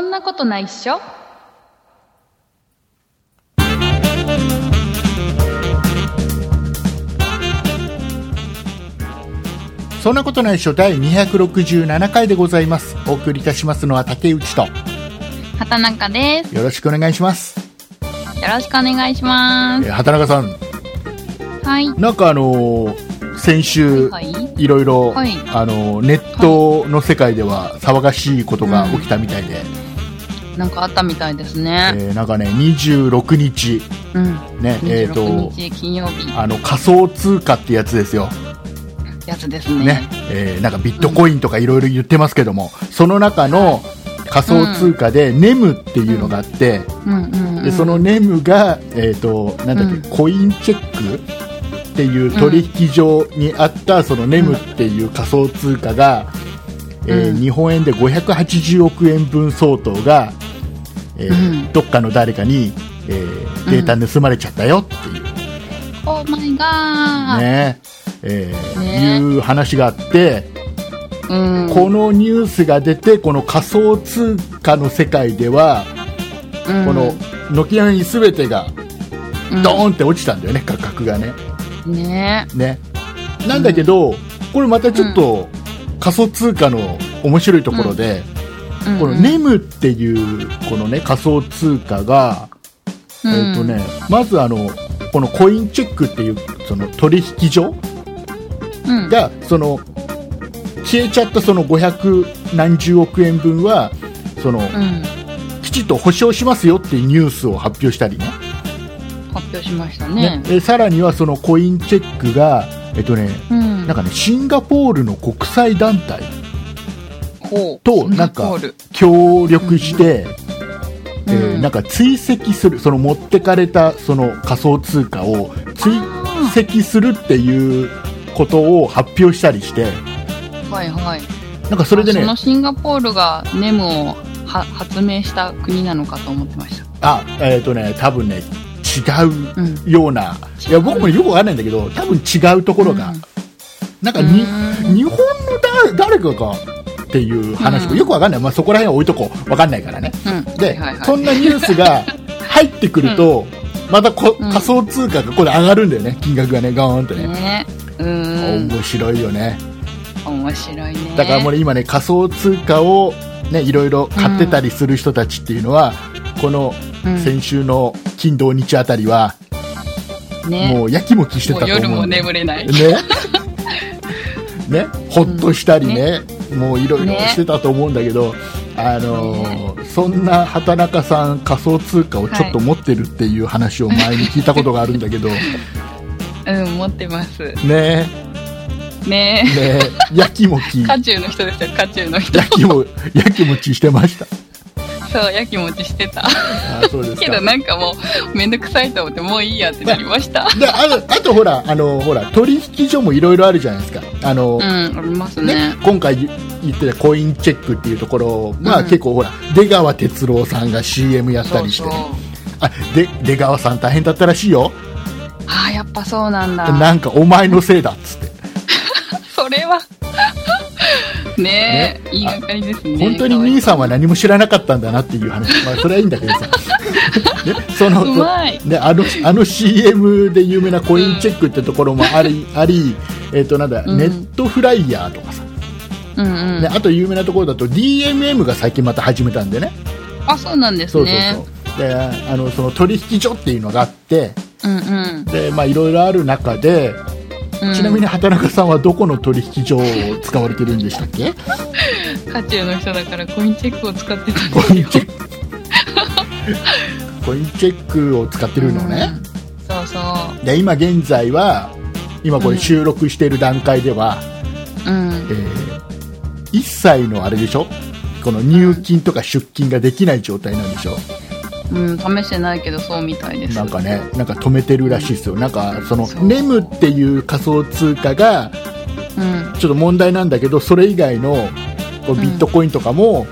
んなことないっしょそんなことないっしょ第267回でございます。お送りいたしますのは竹内と、畑中ですよろしくお願いします。よろしくお願いしまえー畑中さん、すはいなんかあのー先週、はいいろいろ、はいあのーネットの世界では騒がしいことが起きたみたいで、なんかあったみたいですね、えーなんかね、26日、うんね、えっ、 26と、日金曜日あの、仮想通貨ってやつですよ。やつですねね、えーなんかビットコインとかいろいろ言ってますけども、その中の仮想通貨でネムっていうのがあって、うんうん、うん、でそのネムが、えー、となんだっけ、うコインチェックっていう取引所にあったそのネムっていう仮想通貨が、えーうん日本円で580億円分相当が、えーうんどっかの誰かに、えーデータ盗まれちゃったよっていう、オーマイガー、ねえーねいう話があって、うんこのニュースが出てこの仮想通貨の世界では、うんこの軒並み全てがうんドーンって落ちたんだよね、価格がね。ねね、なんだけど、これまたちょっと仮想通貨の面白いところで、このネムっていうこの、ね、仮想通貨が、うんえーとね、まずあのこのコインチェックっていうその取引所うんがその消えちゃったその500何十億円分はその、うんきちっと保証しますよっていうニュースを発表したりね発表しましたねねえさらにはそのコインチェックが、えっとね、うんなんかね、シンガポールの国際団体ほうとシンガなんかポール協力して、うんえーうんなんか追跡するその持ってかれたその仮想通貨を追あ跡するっていうことを発表したりしてーはいはいなんかそれであそねのシンガポールがネムをは発明した国なのかと思ってましあえっ、とね多分ねた。うん。違うような、いや僕もよくわかんないんだけど多分違うところが、うんなんかにうーん日本のだ誰かがっていう話もうんよくわかんない、まあ、そこら辺は置いとこうわかんないからねうん。で、はいはいはいそんなニュースが入ってくると、またこうん仮想通貨がこれ上がるんだよね、金額がね、ガーンってね。ね。うん。面白いよね。面白いね。だからもうね今ね、仮想通貨をね、いろいろ買ってたりする人たちっていうのは、このうん先週の金土日あたりは、ね。もうやきもきしてたもうと夜思うもんだよ眠れ ない。ね。ね、ほっとしたりね、もういろいろねしてたと思うんだけど、あのーそんな畑中さん仮想通貨をちょっと持ってるっていう話を前に聞いたことがあるんだけ ど、うん、持ってます。ねねねやきもき、え。や渦中の人ですよ、渦中の人。きも、やきもちしてま した。そう、やきもちして た。あそうですけかど。なんかもう、めんどくさいと思って、もういいやってなりました。で、あのあとほら、あの、ほら、取引所もいろいろあるじゃないですか。あのうん、、ありますねね。、今回言ってたコインチェックっていうところ、まあうん結構ほら、出川哲朗さんが CM やったそうりしてそうね、。あ、で、出川さん大変だったらしいよ。ああ、やっぱそうなんだ。なんかお前のせいだっつって。それは ねえ、ね言いがかりですね本当に兄さんは何も知らなかったんだなっていう話。まあそれはいいんだ けどさ。ね、その、うまいね、あの、あの CM で有名なコインチェックってところもあり、あり、えっ、となんだ、うんネットフライヤーとかさ。うんうん、ね、あと有名なところだと DMM が最近また始めたんでね。あそうなんですそうそうねそう。で、あの、その取引所っていうのがあって、うんうんで、まあいろいろある中で、うんちなみに畑中さんはどこの取引所を使われてるんでしたっけ渦中の人だからコインチェックを使ってたんでコすインよチェックコインチェックを使ってるのね、そうそうで今現在は今これ収録している段階では、うんえ1歳のあれでしょこの入金とか出金ができない状態なんでしょ、うん試してないけどそうみたいですなんかねなんか止めてるらしいですよなんかそのそうネムっていう仮想通貨がうんちょっと問題なんだけどそれ以外のこうビットコインとかも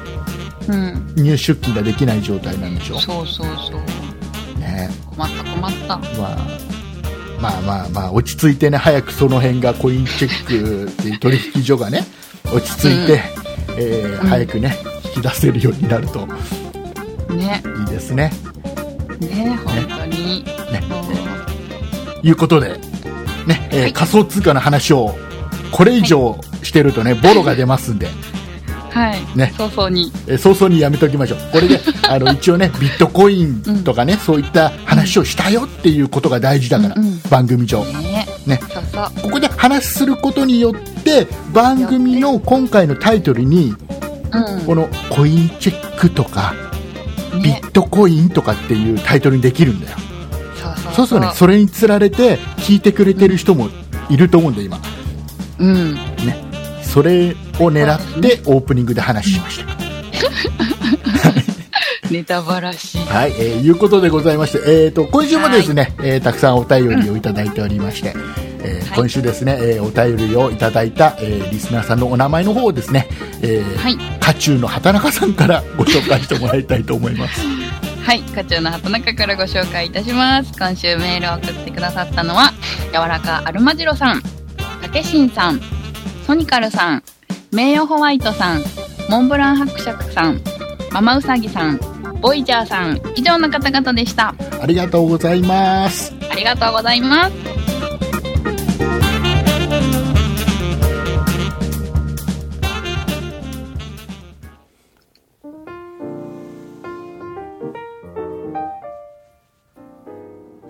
うん入出金ができない状態なんでしょ、そうそうそうね困った困ったまあ、まあまあまあ落ち着いてね早くその辺がコインチェックっていう取引所がね落ち着いて、えーうん早くね引き出せるようになるとねいいですね。ね本当に、ねもういうことで、ね、えーはい仮想通貨の話を、これ以上してるとね、ボロが出ますんで、はい、ね早々にえー早々にやめときましょう。これで、あの、一応ね、ビットコインとかね、そういった話をしたよっていうことが大事だから、うんうん番組上。ねねそうそうここで話することによって、番組の今回のタイトルに、うんこのコインチェックとか、ビねットコインとかっていうタイトルにできるんだよ。そうそうそうするとね、それにつられて聞いてくれてる人もいると思うんで、今。うんそれを狙ってオープニングで話しました。ネタばらしはい、えー、いうことでございまして、えー、と、今週もですね、えーたくさんお便りをいただいておりまして、えーはい今週ですね、えーお便りをいただいた、えーリスナーさんのお名前の方をですね、えー、はい家中の畑中さんからご紹介してもらいたいと思います。 はい、課長の畑中からご紹介いたします。今週メールを送ってくださったのは、柔らかアルマジロさん、たけしんさん、ソニカルさん、名誉ホワイトさん、モンブラン伯爵さん、ママウサギさん、ボイジャーさん、以上の方々でした。ありがとうございます。ありがとうございます。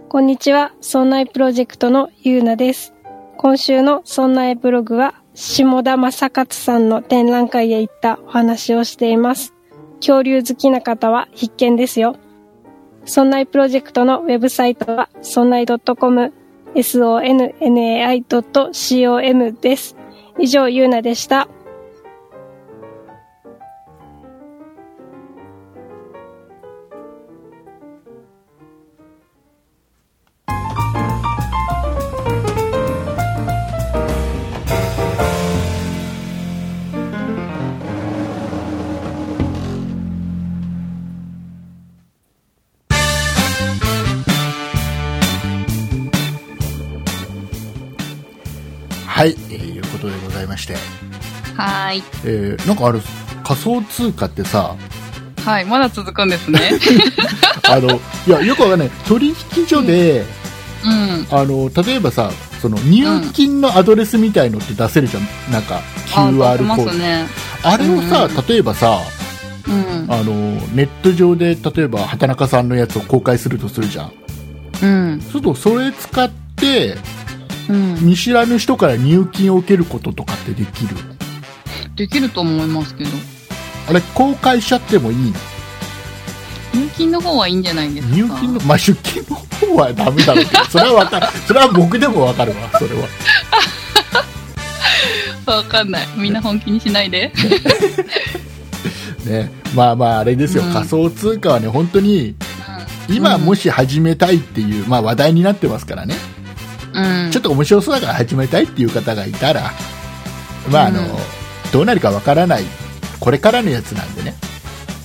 こんにちは、そんなえプロジェクトのゆうなです。今週のそんなえブログは、下田正勝さんの展覧会へ行ったお話をしています。恐竜好きな方は必見ですよ。そんなえプロジェクトのウェブサイトは、そんない .com、sonnai.com です。以上、ゆうなでした。はい、えー、いうことでございまして、はーい。えー、なんかあれ、仮想通貨ってさ、はい、まだ続くんですね。あの、 いや、よくわかんない。取引所で、 うん。あの例えばさその入金のアドレスみたいのって出せるじゃん、なんか QR あ出まコードすね。あれをさ、うん例えばさうん。あのネット上で例えば畑中さんのやつを公開するとするじゃんうん。そうするとそれ使ってうん。見知らぬ人から入金を受けることとかってできるできると思いますけど。あれ公開しちゃってもいいの入金の方はいいんじゃないですか入金の、まあ、出金の方はダメだろ うけどそれはわかるそれは僕でもわかるわそれはわかんない。みんな本気にしないで。ねまあまああれですよ、うん仮想通貨はね本当に今うんもし始めたいっていう、まあ、話題になってますからね、うん。ちょっと面白そうだから始めたいっていう方がいたら、まああのうんどうなるかわからないこれからのやつなんでね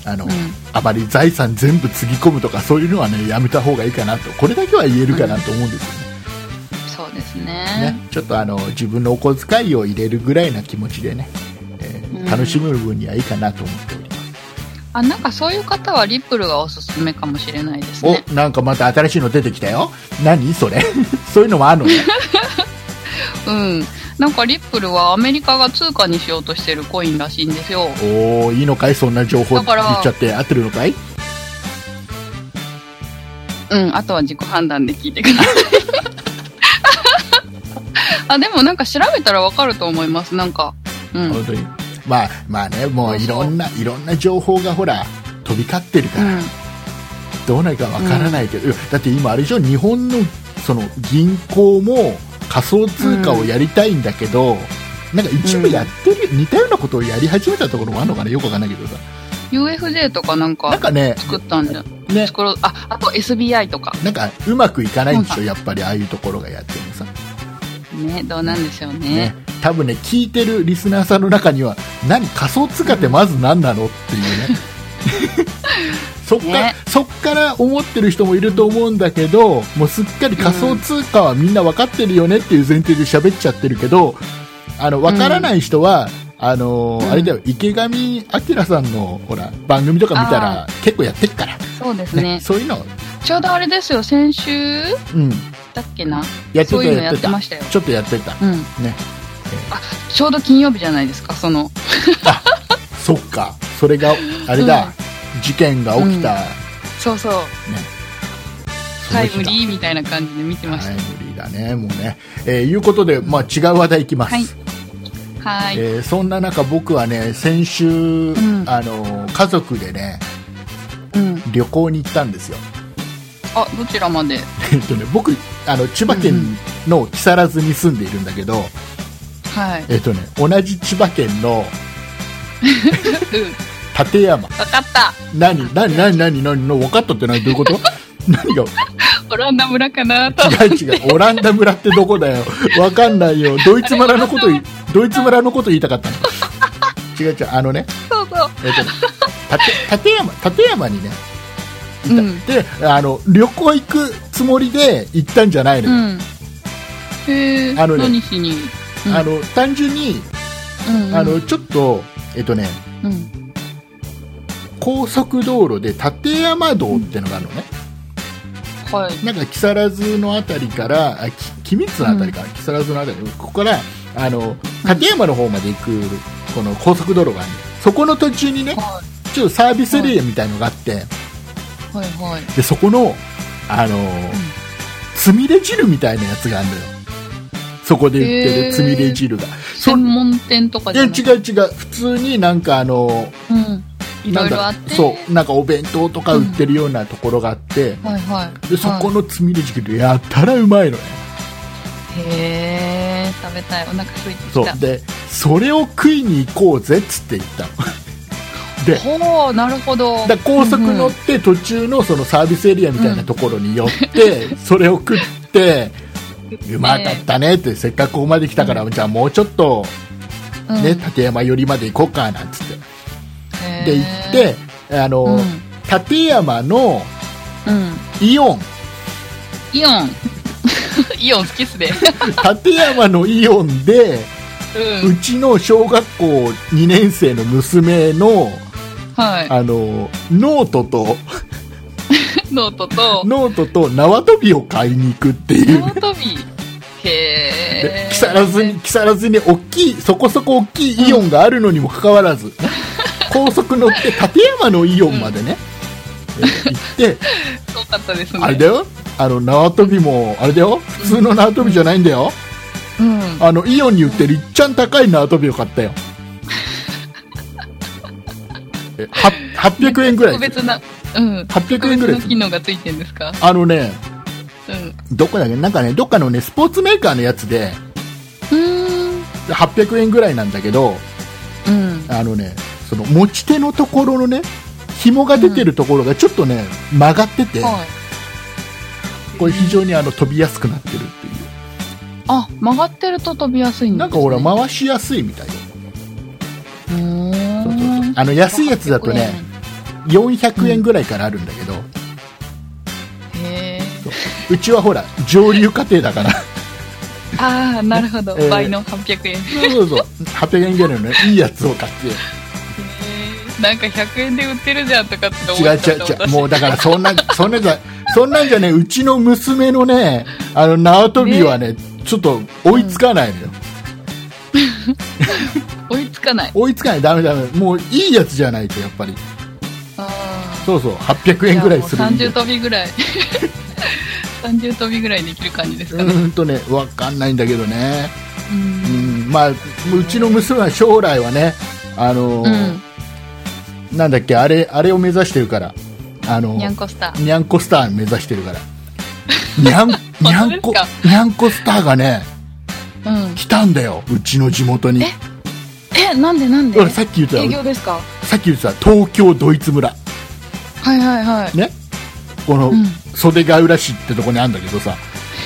あの、うんあまり財産全部つぎ込むとかそういうのは、ね、やめた方がいいかなとこれだけは言えるかなと思うんですよね,、そうですねねちょっとあの自分のお小遣いを入れるぐらいな気持ちでね、えーうん楽しむ分にはいいかなと思っております、あ、なんかそういう方はリップルがおすすめかもしれないですね。おなんかまた新しいの出てきたよ何それ そういうのもあるのねうん。なんかリップルはアメリカが通貨にしようとしてるコインらしいんですよ。おおいいのかいそんな情報言だかっらちゃって合ってるのかいうん。あとは自己判断で聞いてください。 あ、でもなんか調べたらわかると思います。なんか。うん。本当にまあまあねもういろんないろんな情報がほら飛び交ってるから、どうなるかわからないけど、いやだって今あれでしょ日本のその銀行も仮想通貨をやりたいんだけど、なんか一部やってる、似たようなことをやり始めたところもあるのかなよくわかんないけどさうん。UFJ とかなんなんかかね作ったんじゃ、ね作ろうあ、あと SBI とか。なんかうまくいかないんでしそょうやっぱりああいうところがやってもさね、どうなんでしょうねね。、多分ね聞いてるリスナーさんの中には何仮想通貨ってまず何なのっていうね そっから、ねそっから思ってる人もいると思うんだけどもうすっかり仮想通貨はみんな分かってるよねっていう前提で喋っちゃってるけどあの分からない人は、あのーうんあれだよ池上彰さんのほら番組とか見たら結構やってっから、そうですねね。そういうの、ちょうどあれですよ、先週うん、だっけな。やってそたういうのややっっててたましたよ。ちょっとやってたうん。ねちょうど金曜日じゃないですか、その。そっかそれがあれだ、事件が起きた、そうそう。そのタイ日ムだリーみたいな感じで見てましタたイ。ムリーだねもうね、えーいうことで、まあ、違う話題いきます、はいはい。えーそんな中僕はね先週、んあの家族でねうん。旅行に行ったんですよ あ、どちらまで。えっとね僕あの千葉県の木更津に住んでいるんだけど、はい。えっとね同じ千葉県のうん。館山わかった。何何何何何の分かったって何どういうこと 何がオランダ村かな と。違う違うオランダ村ってどこだよ分かんないよドイツ村のこといドイツ村のこと言いたかったの違う違うあのねそうそう。えっとね、たて立山立山にね行っうた、んであの旅行行くつもりで行ったんじゃないのうよ、ん。へえ。あのね何しに。うんあの単純にうんうんあのちょっとえっとねうん。高速道路で立山道ってのがあるのね、はい。なんか木更津の辺りからあき君津の辺りから、木更津の辺りここからあの立山の方まで行くこの高速道路があるのよそこの途中にねはちょっとサービスエリアみたいのがあって、い。はいはい。でそこの、あのーつみれ汁みたいなやつがあるのよそこで売ってへるーつみれ汁がそ専門店とかいじやゃ違ない。う違う普通になんかあのーうん。いなろんいろあだって。そうなんかお弁当とか売ってるようなところがあって、はいはい。でそこはのつみれ汁やったらうまいのねいへえ。食べたい。お腹空いてきそうた。でそれを食いに行こうぜっつって 言ったのでほう、なるほど。だ高速乗って途中のそのサービスエリアみたいなところに寄って、 それを食ってうまかったねってせっかくここまで来たから、じゃあもうちょっと、うんね、立山寄りまで行こうかなんつって、へーで行ってあの、うん立山のうん。イ オンイオン。 イオン好きっすね。立山のイオンでう。うんちの小学校2年生の娘のはあのノートとい。ノート と、ノートと縄跳びを買いに行くっていう縄跳び。へでえ。木更津に木更津に大きいそこそこ大きいイオンがあるのにもかかわらず、高速乗って立山のイオンまでね、えー行ってそうかったですね。あれだよあの縄跳びもあれだよ普通の縄跳びじゃないんだようん。あのイオンに売ってるいっちゃん高い縄跳びを買ったよえは800円ぐらい特別な、うん。 800円ぐらい特別な機能がついてるんですかあのねうん。どこだっけなんかねどっかのねスポーツメーカーのやつでうん。 800円ぐらいなんだけどうん。あのね、その持ち手のところのね、紐が出てるところがちょっとね、曲がってて、はい。これ非常にあの飛びやすくなってるっていう。あ、曲がってると飛びやすいんです、ね、なんかほら、回しやすいみたいよ。うーんそうそうそうあの安いやつだとね、400円ぐらいからあるんだけど、へえ。うちはほら、上流家庭だから、ああ、なるほど。えー倍の800円。へそうそうそう、800円ぐらいのね、いいやつを買って、え。なんか100円で売ってるじゃんとかって思っち違うゃった違う違う、私もうだからそんな、そんなんじゃ、そんなんじゃね、うちの娘のね、あの縄跳びはね、ちょっと追いつかないのよ。追いつかない。追いつかないダメダメもういいやつじゃないとやっぱりあそうそう800あ。円ぐらいするじゃあんもうで30飛びぐらい。30飛びぐらいできる感じですうかね。ーんとねわかんないんだけどねう。うんんまあうちの娘は将来はねあのーなんだっけあれあれを目指してるからあのーにゃんこスター。にゃんこスター目指してるからにゃんにゃん 本当こですにゃんこスターがねうん。来たんだようちの地元にええ、なんでなんでほらさっき言って営た業ですかさっき言ってた東京ドイツ村はいはいはい。ね、このうん袖ヶ浦市ってとこにあるんだけどさ、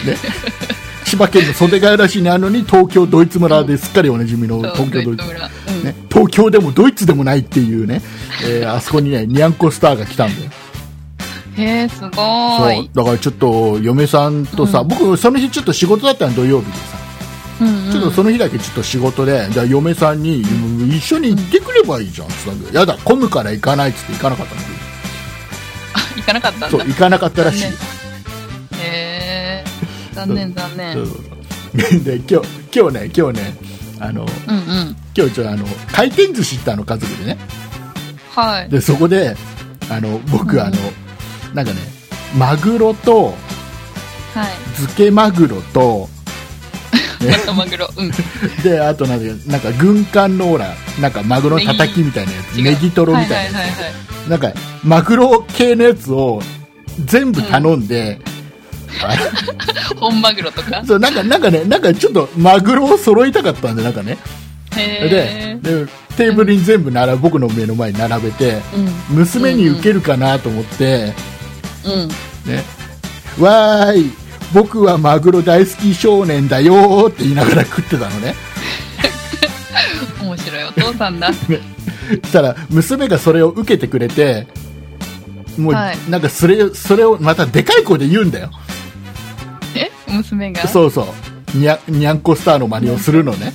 ね、 千葉県の袖ヶ浦市にあるのに東京ドイツ村ですっかりおなじみのそう東京ドイツ、村。ね、東京でもドイツでもないっていうね、えーあ そこにねにゃんこスターが来たんだようん。へえ、すごそーうい。だからちょっと嫁さんとさ、うん僕その日ちょっと仕事だったの土曜日でさうんうんちょっとその日だけちょっと仕事で、じゃあ嫁さんに、一緒に行ってくればいいじゃんって言ったんだけど、やだ、混むから行かないっつって行かなかったんだけ行かなかったんど、だそう、行かなかったらしい。へえ残念残念うんうん、 で、今日、今日ね、今日ね、あの、うん今日ちょっとあの、回転寿司行ったの、家族でね。はいで、そこで、あの、僕、あの、なんかね、マグロと、はい漬けマグロと、カットマグロうんで、あとなんか、なんか軍艦のほら、なんかマグロのたたきみたいなやつ、違うネギトロみたいなやつ。はいはいはいはいなんかマグロ系のやつを全部頼んで、本マグロとか そうなんかなんかねなんかちょっとマグロを揃いたかったんでなんかね、へえででテーブルに全部並べ僕の目の前に並べてうん娘に受けるかなと思って、うんねわーい僕はマグロ大好き少年だよーって言いながら食ってたのね面白いお父さん だそしたら娘がそれを受けてくれてもう、はいなんかそれそれをまたでかい声で言うんだよえ娘がそうそうにゃにゃんこスターの真似をするのね、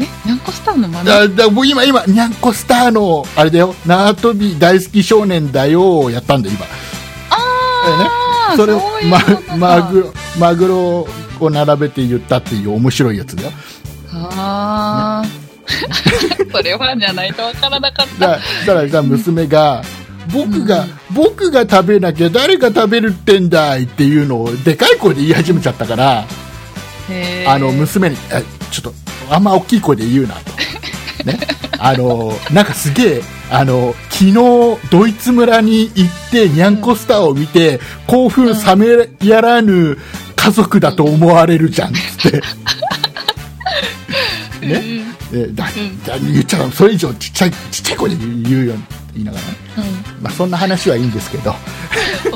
えにゃんこスターの真似だだもう今、今、にゃんこスターの、あれだよ、縄跳び大好き少年だよをやったんだよ、今。ああそれをそういうまことかマグロ、マグロを並べて言ったっていう面白いやつだよ。ああそれはじゃないとわからなかっだ ただからさ、娘が、僕が、僕が食べなきゃ誰が食べるってんだいっていうのを、でかい声で言い始めちゃったから、へえあの、娘に、えちょっと、あんま大きい声で言うな と。ね。あの、なんかすげえ、あの、昨日、ドイツ村に行って、にゃんこスターを見て、興奮冷めやらぬ家族だと思われるじゃん、つって。ね。えだ、だ、言っちゃう。それ以上、ちっちゃい、ちっちゃい声で言う言うよ、言いながらね。まあ、そんな話はいいんですけうど。ん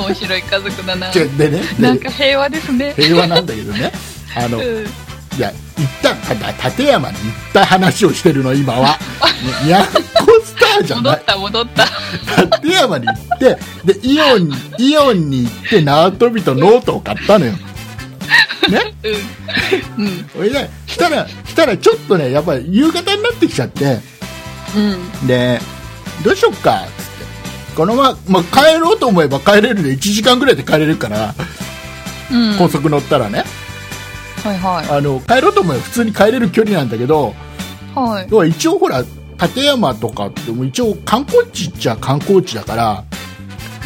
面白い家族だなちょでね、なんでか平和ですね平和なんだけどね。あの、うんいや、一旦、た立山に行った話をしてるの、今は。ににゃんこスターじゃ戻なっい。た戻った立山に行って、で、イオンに、イオンに行って、縄跳びとノートを買ったのよ。ね。うんうんそれで、したら、したら、ちょっとね、やっぱり夕方になってきちゃって、うんで、どうしよっか、つって。このまま、まあ、帰ろうと思えば帰れるで、1時間ぐらいで帰れるから、うん高速乗ったらね、はいはあの、帰ろうと思えば普通に帰れる距離なんだけど、いはい要は一応ほら立山とかってもう一応観光地っちゃ観光地だから、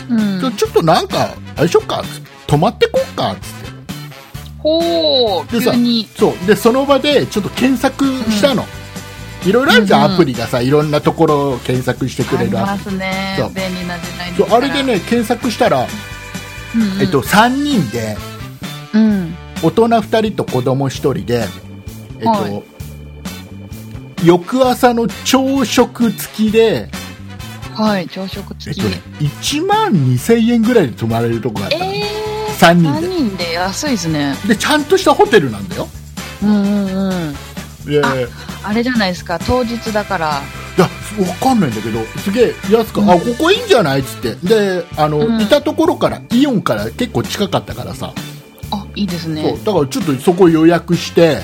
うんちょちょっとなんかあれしよっかつって泊まってこっかっつっほうてでさ急にそうでその場でちょっと検索したの、いろいろあるじゃん、うんうんアプリがさいろんなところを検索してくあれりるアまプすねそう便利な時代リですそうからあれでね検索したら、うんうんえっと、3人でうん大人2人と子供1人で、えっとはい翌朝の朝食付きで、はい朝食付えっきとね、1万2000円ぐらいで泊まれるとこがあったのえー3人で3人で安いですねでちゃんとしたホテルなんだようんうんうんいやあいやあれじゃないですか当日だから分かんないんだけどすげえ安く、あここいいんじゃないっつってであの、うんいたところからイオンから結構近かったからさ、あいいですそねうだからちょっとそこ予約して、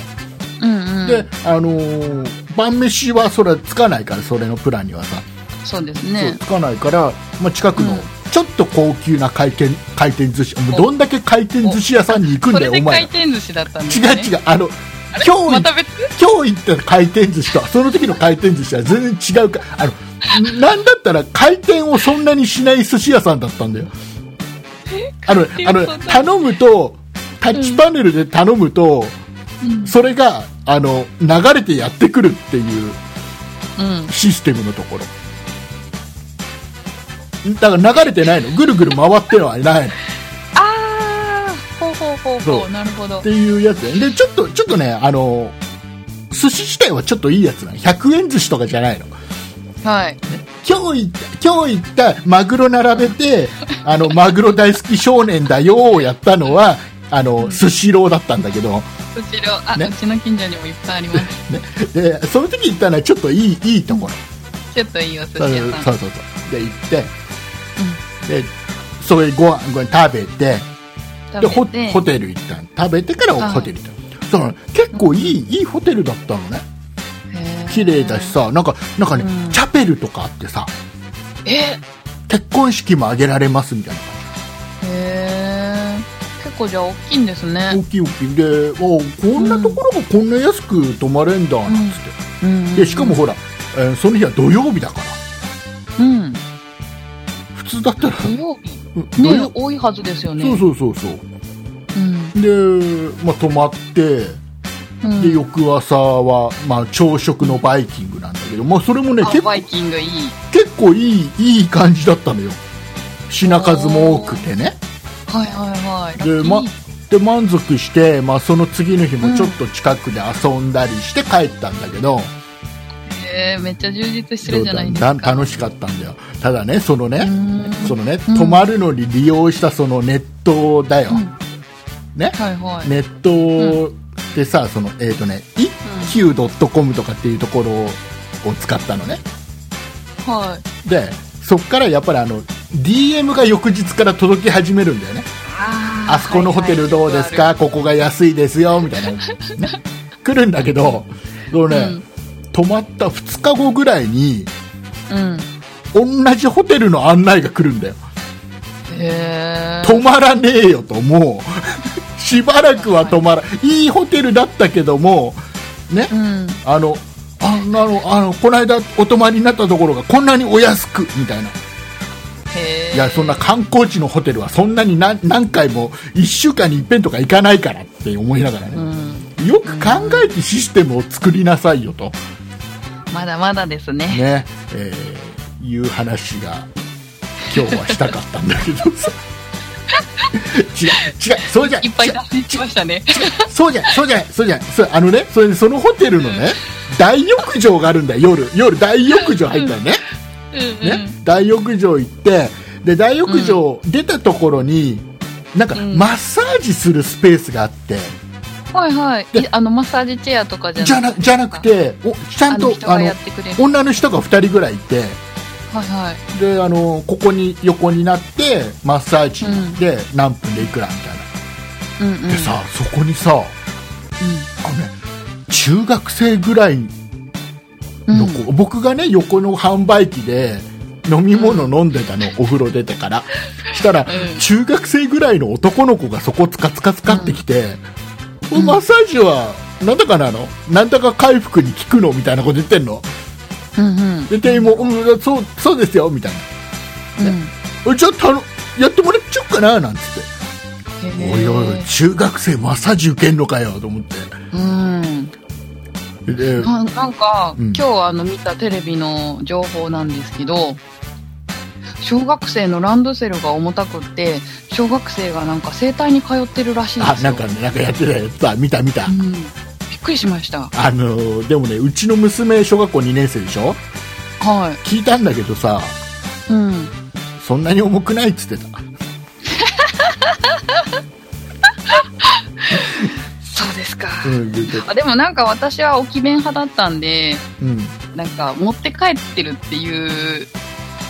うんうんであのー晩飯はそれはつかないからそれのプランにはさ、そうですそうねつかないから、まあ、近くの、うんちょっと高級な回転回転寿司もうどんだけ回転寿司屋さんに行くそんだれよでお回前ら転寿司だったんです違ねう違うあの今日ま行った別今日行った回転寿司とその時の回転寿司は全然違うかあのなんだったら回転をそんなにしない寿司屋さんだったんだよあのあの頼むとタッチパネルで頼むと、うんそれがあの流れてやってくるっていううんシステムのところだから流れてないのぐるぐる回ってはいないのああほうほうほうそほううなるほどっていうやつででちょっとちょっとねあの寿司自体はちょっといいやつなの100円寿司とかじゃないのはい今日行った、今日行ったマグロ並べて、あの、マグロ大好き少年だよーをやったのは、あの、スシローだったんだけど、うちのあ、ねうちの近所にもいっぱいありますで、その時行ったのはちょっといい、いいところ。ちょっといいお寿司そうそ屋うさ そうそう。で、行って、で、そこでご飯、ご飯食べて、で、んホ食べてホテル行ったの食べてからホテル行ったのしたら結構いい,、いいホテルだったのね綺麗だしさなんかなんかね、うんチャペルとかあってさえ結婚式も挙げられますみたいなへー結構じゃあ大きいんですね大きい大きいであこんなところがこんな安く泊まれんだなんつっうて、んでしかもほら、えーその日は土曜日だからうん普通だったら、土曜日うん土曜ね多いはずですよねそうそうそうそううんで、まあ、泊まってうんで翌朝は、まあ、朝食のバイキングなんだけど、まあ、それもねあ結バ構イキングいい結構いいいい感じだったのよ品数も多くてねはいはいはいラッで,、キーま、で満足して、まあ、その次の日うんもちょっと近くで遊んだりして帰ったんだけど、へーめっちゃ充実してるじゃないですだか楽しかったんだよただねそのうね、ーんそのねうん泊まるのに利用したそのネットだよ、うんねはいはいネットでさ、そのえっ、とね一休 .com とかっていうところを使ったのねうんはいでそっからやっぱりあの DM が翌日から届き始めるんだよねあーあそこのホテルどうですか、はいはいここが安いですよみたいな、ね、来るんだけどそのね、うん泊まった2日後ぐらいにうん同じホテルの案内が来るんだよへー泊まらねえよともう しばらくは泊まらいいホテルだったけどもねうんあのああのあのこの間お泊まりになったところがこんなにお安くみたいなへーいやそんな観光地のホテルはそんなに何何回も1週間に一遍とか行かないからって思いながらうね、んよく考えてシステムを作りなさいよと、まだまだですねねえーいう話が今日はしたかったんだけどさ 違う違うそうじゃないいっぱい脱線しましたね。そうじゃないそうじゃないそうじゃないそうあのねそれでそのホテルのね大浴場があるんだよ夜夜大浴場入ったのね,、うんね大浴場行ってで大浴場出たところに、なんかうんマッサージするスペースがあって、うん、はいはい。いあのマッサージチェアとかじゃなじゃなじゃなくておちゃあんのと人あがのやってくれる。女の人が2人ぐらいいてはいはい。であのここに横になってマッサージで何分でいくらみたいな、うんうん。でさそこにさあの、ね、中学生ぐらいうん、の子僕がね横の販売機で飲み物飲んでたの、お風呂出てからしたら、うん中学生ぐらいの男の子がそこつかつかつかってきて、うんおマッサージはなんだかなのなんだか回復に効くのみたいなこと言ってんのうんうん。で店員も、うん、そうそうですよみたいなじゃあたのやってもらっちゃおうかななんつって、うん。へーおいおいおい中学生マッサージ受けんのかよと思ってうん。で、ななんか、うん今日あの見たテレビの情報なんですけど、小学生のランドセルが重たくって、小学生がなんか整体に通ってるらしいんであすよ。なんかねなんかやってたやつだ見た見た、うん。びっくりしました。あのーでもねうちの娘小学校2年生でしょは聞いたんだけどさい。うん。そんなに重くないっつってたそうですか。うん言ってたあでもなんか私は置き弁派だったんで、うん なんか持って帰ってるっていう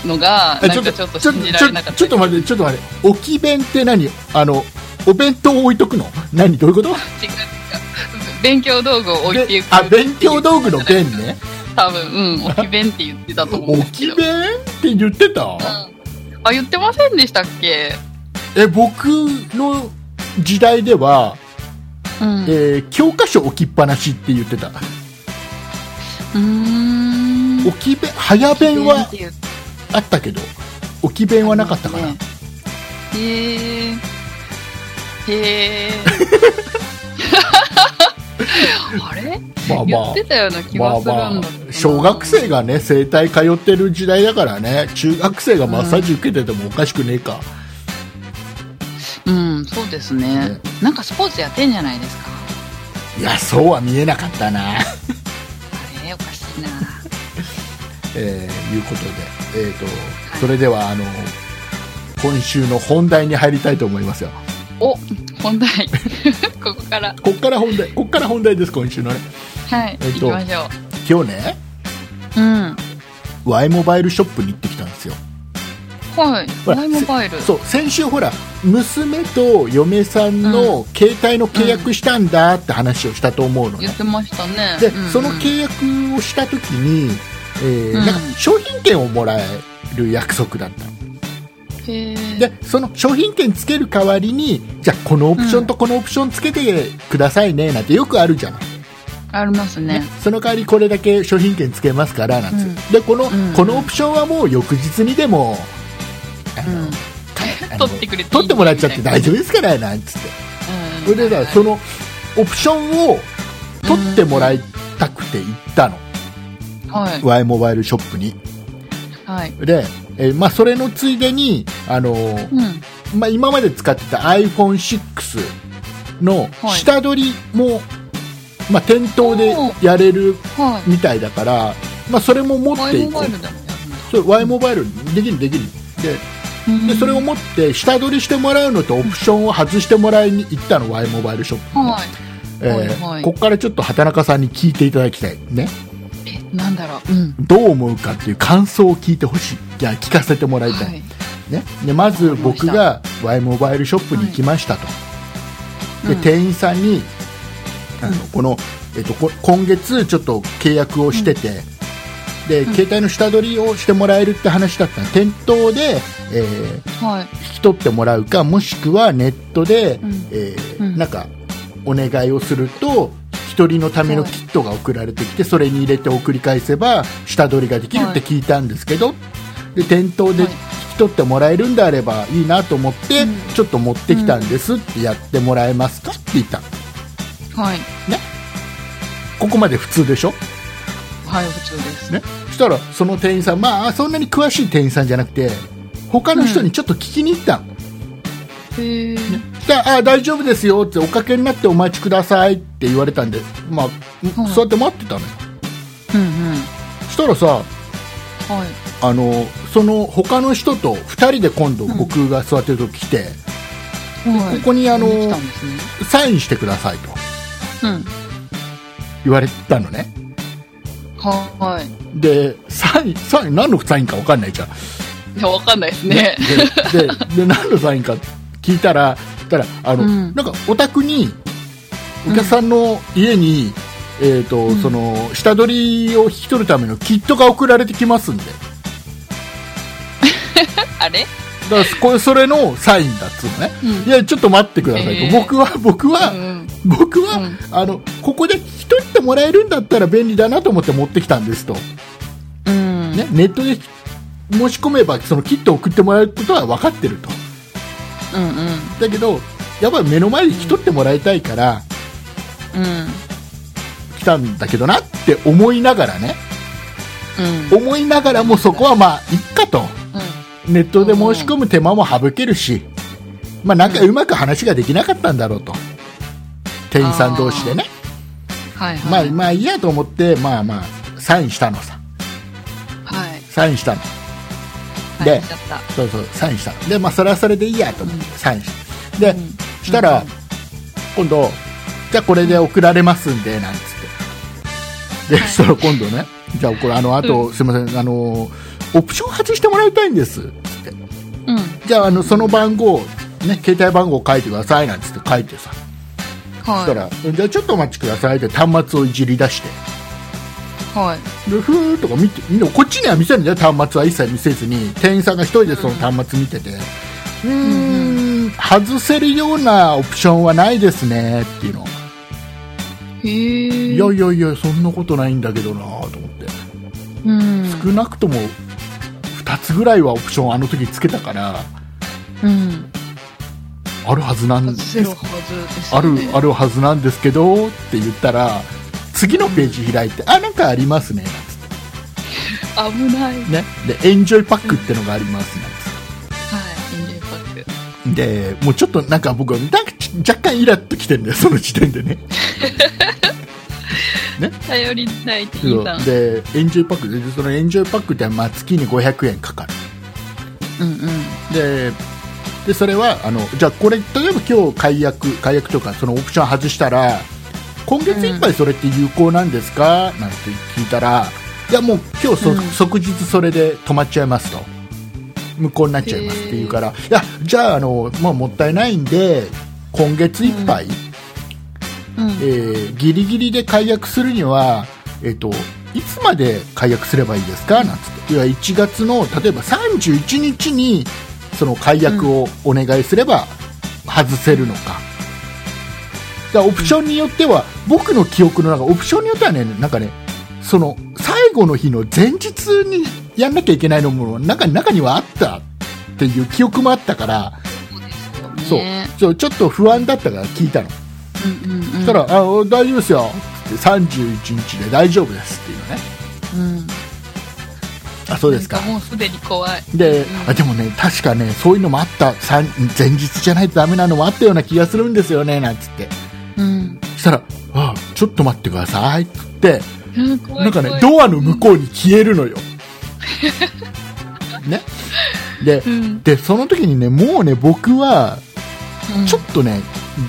のが、えなんかちょっと信じらちょれなかった。ちょっと待ってちょっと待って置き弁って何あのお弁当を置いとくの何どういうこと違う違う勉強道具を置いていべく。あ勉強道具の弁 ね多分、うん、置き弁って言ってたと思うんで置すけきど。弁って言ってたうんあ、言ってませんでしたっけえ僕の時代では、うん。うえー教科書置きっぱなしって言ってたーん。置き弁早弁置はき弁ってあったけど置き弁言はなかったかな、ねへえ。へ え。あれまあま言っあてたような気がするんだけどな小学生がね整体通ってる時代だからね中学生がマッサージ受けててもおかしくねえか、うんそうですねねなんかスポーツやってんじゃないですかいやそうは見えなかったな、あれおかしいなえーいうことで、えー、とそれではあの今週の本題に入りたいと思いますよお本題 ここからこっから本題こっから本題です今週のねはい、えっ行ときましょ今日ねううん Y モバイルショップに行ってきたんですよはいほら Y モバイルそう先週ほら娘と嫁さんの携帯の契約したんだって話をしたと思うのね言っ、てましたね。で、うんうんその契約をした時に、えーうんなんか商品券をもらえる約束だったのへーでその商品券つける代わりにじゃあこのオプションとこのオプションつけてくださいねなんてよくあるじゃない、ありますね。その代わりこれだけ商品券つけますからなんつって、でこの、うんこのオプションはもう翌日にでもあのうんあの取ってくれていい取ってもらっちゃってみた大丈夫ですからなんつってうんそれでさそのオプションを取ってもらいたくて行ったの、はい。 Y モバイルショップにはい。で、えーまあ、それのついでに、あのーうん。まあ、今まで使ってた iPhone6 のはい下取りも、まあ、店頭でやれるはみたいだから、まあ、それも持い。っワてイいモこバうイルでもやそう Y モバイルできるできるでるんだでそれを持って下取りしてもらうのとオプションを外してもらいに行ったの Y モバイルショップに、はい。えーはいはいここからちょっと畑中さんに聞いていただきたいねえ、なんだろう。うん。どう思うかっていう感想を聞いてほしいいや聞かせてもらいたい、はい。ね、でまずわかりまし僕たが Y モバイルショップに行きましたと、はいでうん店員さんにあの、この、えっと、こ今月ちょっと契約をしてて、で携帯の下取りをしてもらえるって話だったの店頭で、えーはい。引き取ってもらうかもしくはネットで、うんえーうんなんかお願いをすると一人のためのキットが送られてきてそれに入れて送り返せば下取りができるって聞いたんですけど、で店頭で引はいき取ってもらえるんであればいいなと思って、うんちょっと持ってきたんですってやってもらえますかって言ったのはい。ここまで普通でしょはい、普通です。ね、そしたらその店員さん、まあ、そんなに詳しい店員さんじゃなくて他の人にちょっと聞きに行ったの、へえ。じゃああ大丈夫ですよっておかけになってお待ちくださいって言われたんで、まあはいそうやって待ってたのようんうん。そしたらさはい。あのその他の人と2人で今度僕が座ってる時来て、はい。ここにあの来たんですね。サインしてくださいとうん。言われたのねはでサインサイン何のサインか分かんないじゃんい。いや、わかんないですね。ででで何のサインか聞いたらたらあの、うんなんかお宅にお客さんの家に、えーとうんその下取りを引き取るためのキットが送られてきますんであれだからこれそれのサインだっつうのね、うんいやちょっと待ってくださいと、えー僕は僕は、うん。僕は、うんあのここで引き取ってもらえるんだったら便利だなと思って持ってきたんですと、うん。ね、ネットで申し込めばそのキットを送ってもらえることは分かってるとうんうん。だけどやっぱり目の前で引き取ってもらいたいからうん。来たんだけどなって思いながらねうん。思いながらもそこはまあいっかとうネットで申し込む手間も省けるし、まあ、なんかうまく話ができなかったんだろうと店員さん同士でねん。はいまはあい。まあいいやと思ってまあまあサインしたのさはい。サインしたのはい。で来ちゃった。そうそうサインしたのでまあそれはそれでいいやと思ってサインしたで、うんしたら、うん今度じゃあこれで送られますんでなんつってで、はいそしたら今度ねじゃあこれあのあと、すいませんあのオプション外してもらいたいんですつってうん。じゃああのその番号、ね、携帯番号書いてくださいなんつって書いてさ、そしたはらじゃあちょっとお待ちくださいって端末をいじり出してい。はい。でふーっとか見てみんなこっちには見せるんだよ端末は一切見せずに店員さんが一人でその端末見ててうーん外せるようなオプションはないですねっていうのへえ。いやいやいやそんなことないんだけどなと思ってうん。少なくとも2つぐらいはオプションあの時つけたからうん。あるはずなんで外せするはずですあよるね。あるはずなんですけどって言ったら次のページ開いて、あなんかありますねなんつっ危ない。はい。てねでエンジョイパックってのがありますなんつってエンジンパック。でもうちょっとなんか僕はなんかち若干イラっときてるんだよその時点でね頼りない店そ員うさん。でエンジョイパックでそのエンジョイパックってまあ月に500円かかるうんうん。ででそれはあのじゃあこれ例えば今日解約解約とかそのオプション外したら今月いっぱいそれって有効なんですか、なんて聞いたらいやもう今日そ、うん即日それで止まっちゃいますと無効になっちゃいますっていうから、いやじゃああの、まあ、もったいないんで今月いっぱい、うんえーギリギリで解約するには、えっといつまで解約すればいいですかなんつっていや1月の例えば31日にその解約をお願いすれば外せるのか。だからオプションによっては、僕の記憶の中オプションによってはねなんかねその最後の日の前日にやんなきゃいけないのも中に中にはあったっていう記憶もあったから、そうねそうちょっと不安だったから聞いたの。うんうんうんそしたら、あ大丈夫ですよって31日で大丈夫ですっていうねうんあそうですかなんもうすでに怖いでうんあでもね確かねそういうのもあったさん前日じゃないとダメなのもあったような気がするんですよねなんつってうんそしたら「あちょっと待ってください」っつってうん怖いなんかね怖いドアの向こうに消え るのよねでうんでその時にねもうね僕はうんちょっとね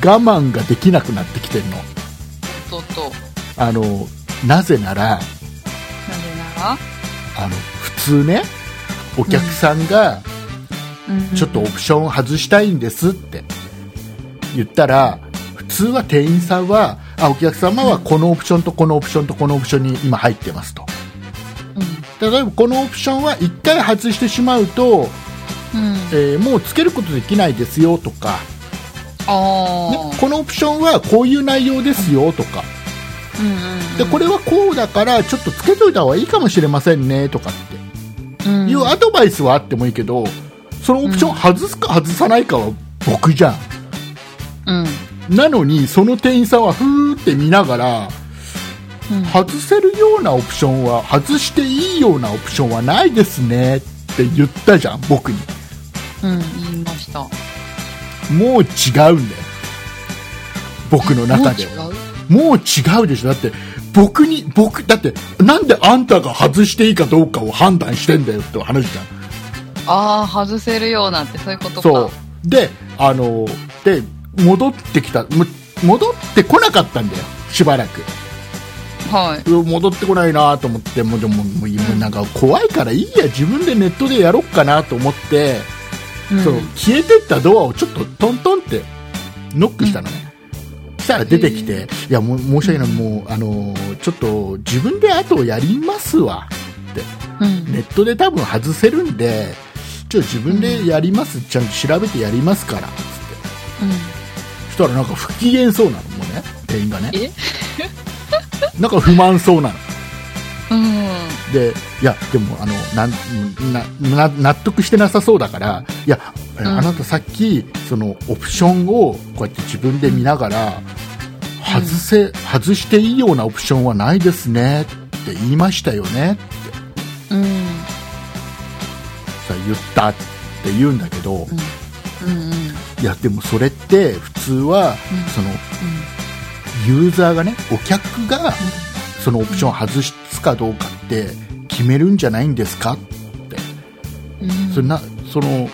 我慢ができなくなってきてるのとっとあのなぜならなぜならあの普通ねお客さんがうんちょっとオプション外したいんですって言ったら普通は店員さんはあお客様はこのオプションとこのオプションとこのオプションに今入ってますとう例えばこのオプションは1回外してしまうと、んうんえーもうつけることできないですよとか、ねああ、このオプションはこういう内容ですよとかうんうんうんでこれはこうだからちょっとつけといた方がいいかもしれませんねとかってうんいうアドバイスはあってもいいけどそのオプション外すか外さないかは僕じゃうんんなのにその店員さんはふーって見ながらうん外せるようなオプションは外していいようなオプションはないですねって言ったじゃん僕にうん言いましたもう違うんだよ僕の中ではもう違うもう違うでしょだって僕に僕だってなんであんたが外していいかどうかを判断してんだよって話じゃんああ外せるようなってそういうことかそうであので戻ってきたむ戻ってこなかったんだよしばらくはいうわ戻ってこないなと思ってもうでももうもうなんか怖いからいいや自分でネットでやろっかなと思って、うんその消えてったドアをちょっとトントンってノックしたのね、したら出てきて「いやもう申し訳ないもうあのちょっと自分で後をやりますわ」うんネットで多分外せるんでちょっと自分でやります、ちゃんと調べてやりますからつってうんそしたらなんか不機嫌そうなのもうね店員がねえなんか不満そうなのうんでいやでもあのなんなな納得してなさそうだからいやあんなたさっきそのオプションをこうやって自分で見ながら外せ、外していいようなオプションはないですねって言いましたよねうんさ言ったって言うんだけど、うんうんいやでもそれって普通は、うんそのユーザーがねお客がそのオプションを外すかどうかって決めるんじゃないんですかってうんそれなその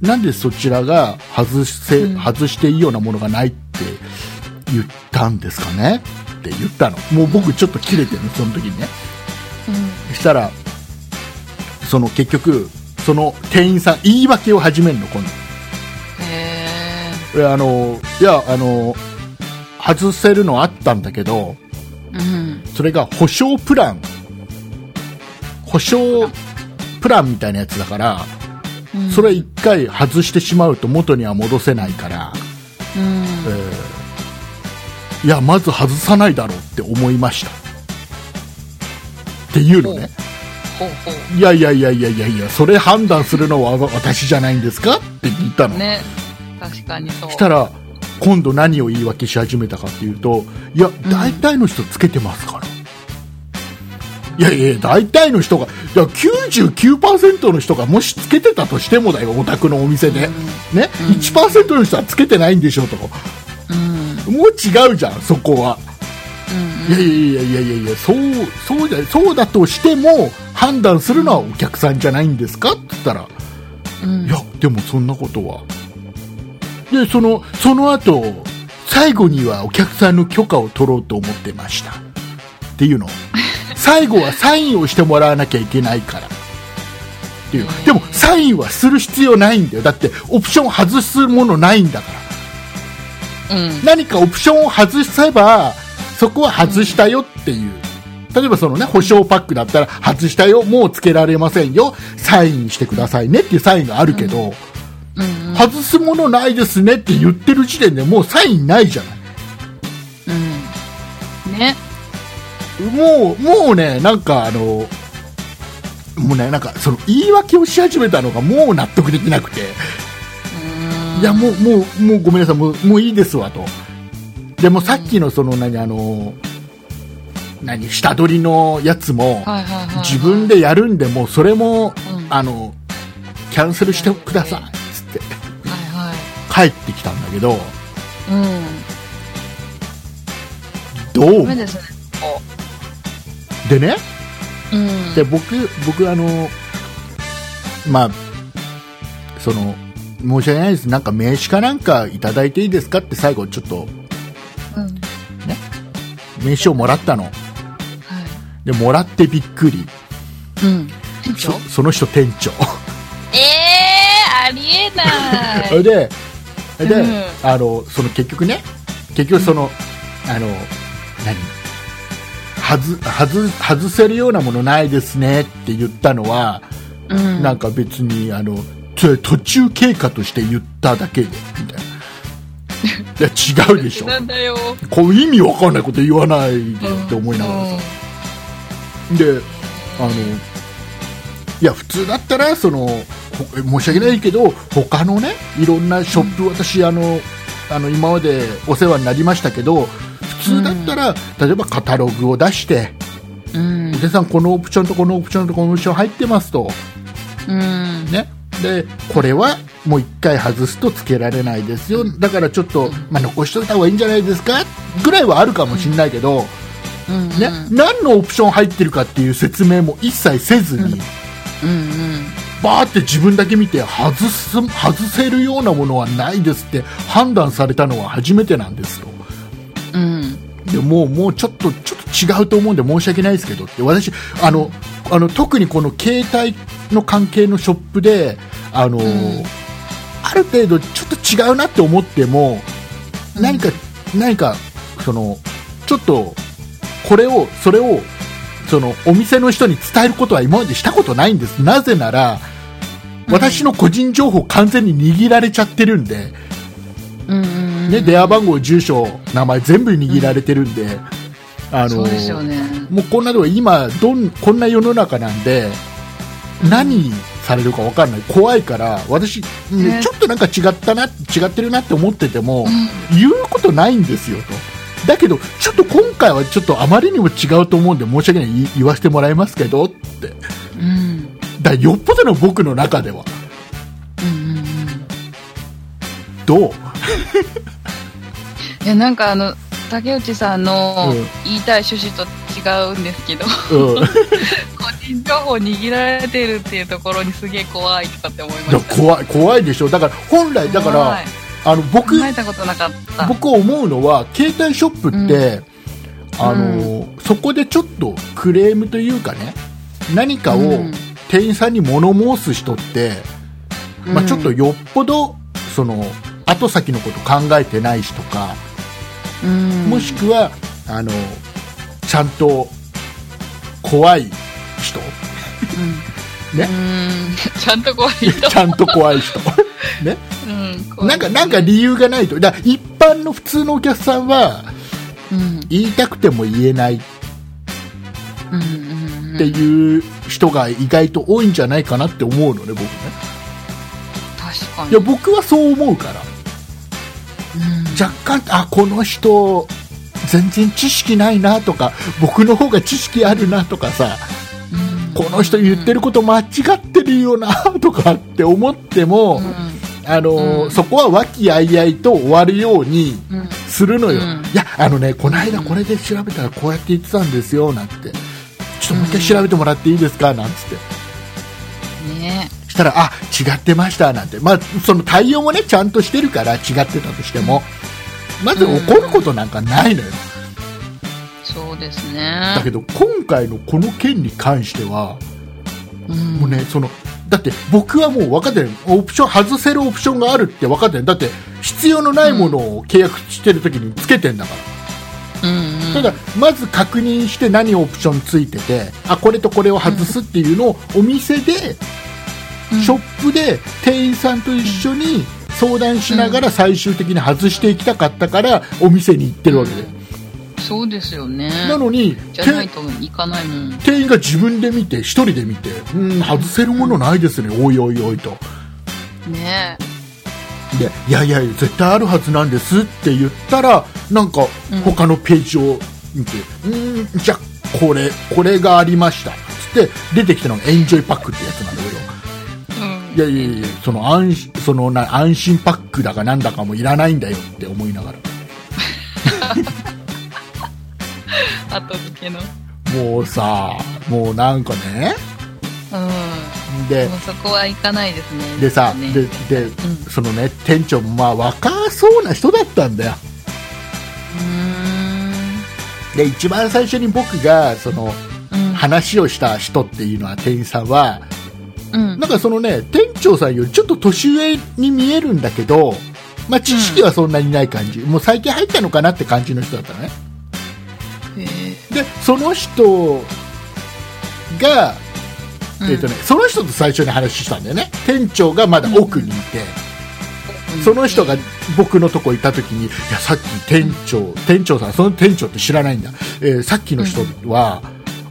なんでそちらが外せ、うん外していいようなものがないって言ったんですかねって言ったのもう僕ちょっと切れてるのその時にねしたらその結局その店員さん言い訳を始めるの今度へいやあのいやあの外せるのあったんだけどえうんそれが保証プラン保証プランみたいなやつだからうんそれ1回外してしまうと元には戻せないから、うんえーいやまず外さないだろうって思いましたっていうのねほうほいやいやいやいやいやいやそれ判断するのは私じゃないんですかって聞いたのうね確かにそうしたら今度何を言い訳し始めたかっていうといやん大体の人つけてますから、いやいやいや大体の人がいや99%の人がもしつけてたとしてもだよお宅のお店で、ね、1%の人はつけてないんでしょとかうんもう違うじゃんそこはうんいやいやいやいやいやそうそうじゃそうだとしても判断するのはお客さんじゃないんですかって言ったらうんいやでもそんなことはでそのその後最後にはお客さんの許可を取ろうと思ってました っていうの最後はサインをしてもらわなきゃいけないからっていうでもサインはする必要ないんだよだってオプション外すものないんだからうん。何かオプションを外せばそこは外したよっていう例えばそのね保証パックだったら外したよもうつけられませんよサインしてくださいねっていうサインがあるけど、うんうん。外すものないですねって言ってる時点でもうサインないじゃないうん。ね。もう、もうね、なんかあの、もうね、なんかその言い訳をし始めたのがもう納得できなくて、うん。いや、もう、もう、もうごめんなさい、もう、もういいですわと。でもさっきのその何、あの、何、下取りのやつも、はいはいはい。自分。でやるんで、もうそれも、うんあの、キャンセルしてください、つってはいはい。帰ってきたんだけど、うん。どうダメですね。こでね、ううん。で僕僕あのまあその申し訳ないですなんか名刺かなんかいただいていいですかって最後ちょっとうん。名刺をもらったのはでもらってびっくりい。うん。店そ長その人店長ええー、ありえなそれい。でで、うんあのその結局ね結局その、あの何外外外せるようなものないですねって言ったのは、うん。なんか別にあのつ途中経過として言っただけでみ たいないや違うでしょなんだよ。こう意味わかんないこと言わないでようんって思いながらさ、であのいや普通だったらそのほ申し訳ないけど他のねいろんなショップ、私あのあの今までお世話になりましたけど普通だったら、例えばカタログを出してうん「お。手さんこのオプションとこのオプションとこのオプション入ってます」と。うん。ね、でこれはもう1回外すとつけられないですよだからちょっと、まあ、残しといた方がいいんじゃないですかぐらいはあるかもしれないけど、うん。ね何のオプション入ってるかっていう説明も一切せずに、うんうん。バーって自分だけ見て外す外せるようなものはないですって判断されたのは初めてなんですと。うん。でもうもうちょっとちょっと違うと思うんで申し訳ないですけどって私あのあの特にこの携帯の関係のショップであの、んある程度ちょっと違うなって思っても何か、何かそのちょっとこれをそれをそのお店の人に伝えることは今までしたことないんですなぜなら私の個人情報完全に握られちゃってるんで、うんうん。ね、電話番号、住所、名前全部握られてるんで、あそのうですよね。もうこんなのは今どん、こんな世の中なんで、何されるか分かんない、怖いから、私、ねちょっとなんか違ったな、違ってるなって思ってても、言うことないんですよと。だけど、ちょっと今回はちょっとあまりにも違うと思うんで、申し訳ない、言い言わせてもらいますけどって、だかうん。らよっぽどの僕の中では、うんうんうん。どういやなんかあの竹内さんのうん言いたい趣旨と違うんですけど、 うん、個い人情報握られてるっていうところにすげえ怖いとかって思いまやした怖い怖いでしょ、だから本来、だからはい、あの僕考えたことなかった僕思うのは携帯ショップって、あのそこでちょっとクレームというかね何かをうん店員さんに物申す人って、まあ、ちょっとよっぽどその後先のこと考えてないしとか、うんもしくはあのちゃんと怖い人うんねうん ちゃんと怖い 人ちゃんと怖い人ねうん怖いなんかなんか理由がないとだから一般の普通のお客さんはうん言いたくても言えないうんうんうんっていう人が意外と多いんじゃないかなって思うのね、僕ね。確かいにや、僕はそう思うから。若干、あ、この人、全然知識ないなとか、僕の方が知識あるなとかさ、この人言ってるること間違ってるよなとかって思っても、あのーうんそこは和気あいあいと終わるようにするのよ。うんいや、あのね、この間これで調べたらこうやって言ってたんですよ、なんて。ちょっともう一回調べてもらっていいですかなんつって。ねしたら、あ違ってましたなんて、まあ、その対応もねちゃんとしてるから違ってたとしても、まず怒ることなんかないのよ、そうですねだけど今回のこの件に関しては、うんもうねそのだって僕はもう分かってるオプション外せるオプションがあるって分かってるだって必要のないものを契約してる時につけてんだから、うんただまず確認して何オプションついててあこれとこれを外すっていうのをお店で、うんショップで店員さんと一緒に相談しながら最終的に外していきたかったからお店に行ってるわけで、そうですよねなのにじゃないてと行かないもん店員が自分で見て一人で見てうん外せるものないですねおいおいおいとねでいやいや絶対あるはずなんですって言ったらなんかうん他のページを見てうんんじゃあこれこれがありましたつって出てきたのがエンジョイパックってやつなんだけどうんいやいやいやその安心そのな安心パックだかなんだかもいらないんだよって思いながら後付けのうんもうさもうなんかねでもうそこは行かないですねでさねでで、んそのね店長もまあ若そうな人だったんだよで一番最初に僕がそのうーん話をした人っていうのは店員さんはうんうんなんかそのね店長さんよりちょっと年上に見えるんだけど、まあ、知識はそんなにない感じ、もう最近入ったのかなって感じの人だったのねへでその人が、ーえーとね、その人と最初に話したんだよね店長がまだ奥にいて、うんその人が僕のとこいた時にいやさっき店長、店長さんその店長って知らないんだ、えーさっきの人は、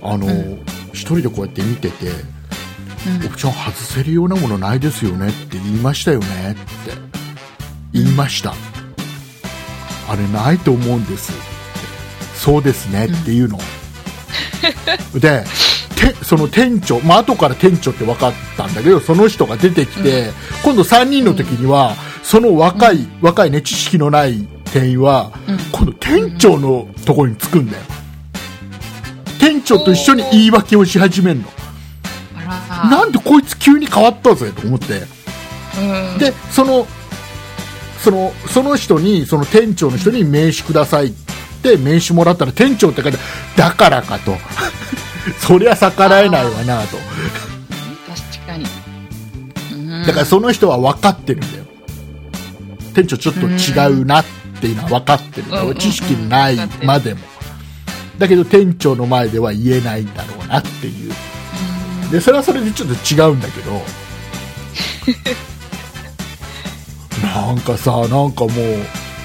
あのうん一人でこうやって見てて、うんオプション外せるようなものないですよねって言いましたよねって言いました、あれないと思うんですってそうですねっていうの、でてその店長、まあ後から店長って分かったんだけどその人が出てきて、今度3人の時には、その若い、若いね知識のない店員は、うん今度店長のところに着くんだよ店長と一緒に言い訳をし始めるのあらなんでこいつ急に変わったぜと思ってうんでそのそのその人にその店長の人に名刺くださいって名刺もらったら店長って書いてあるだからかと そりゃ逆らえないわなと確かにうんだからその人は分かってるんだよ店長ちょっと違うなっていうのは分かってるんだようんうんうん知識ないまでもだけど店長の前では言えないんだろうなっていうでそれはそれでちょっと違うんだけどなんかさなんかも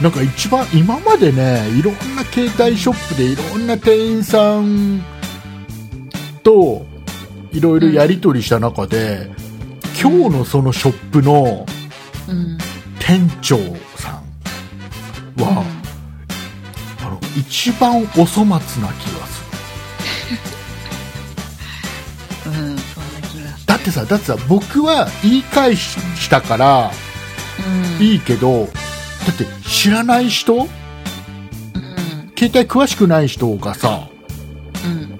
うなんか一番今までねいろんな携帯ショップでいろんな店員さんといろいろやり取りした中で、今日のそのショップのうん店長さんは、あの一番お粗末な気がするうんそんな気がすだってさだってさ僕は言い返ししたからるうんいいけどだって知らない人うん携帯詳しくない人がさうん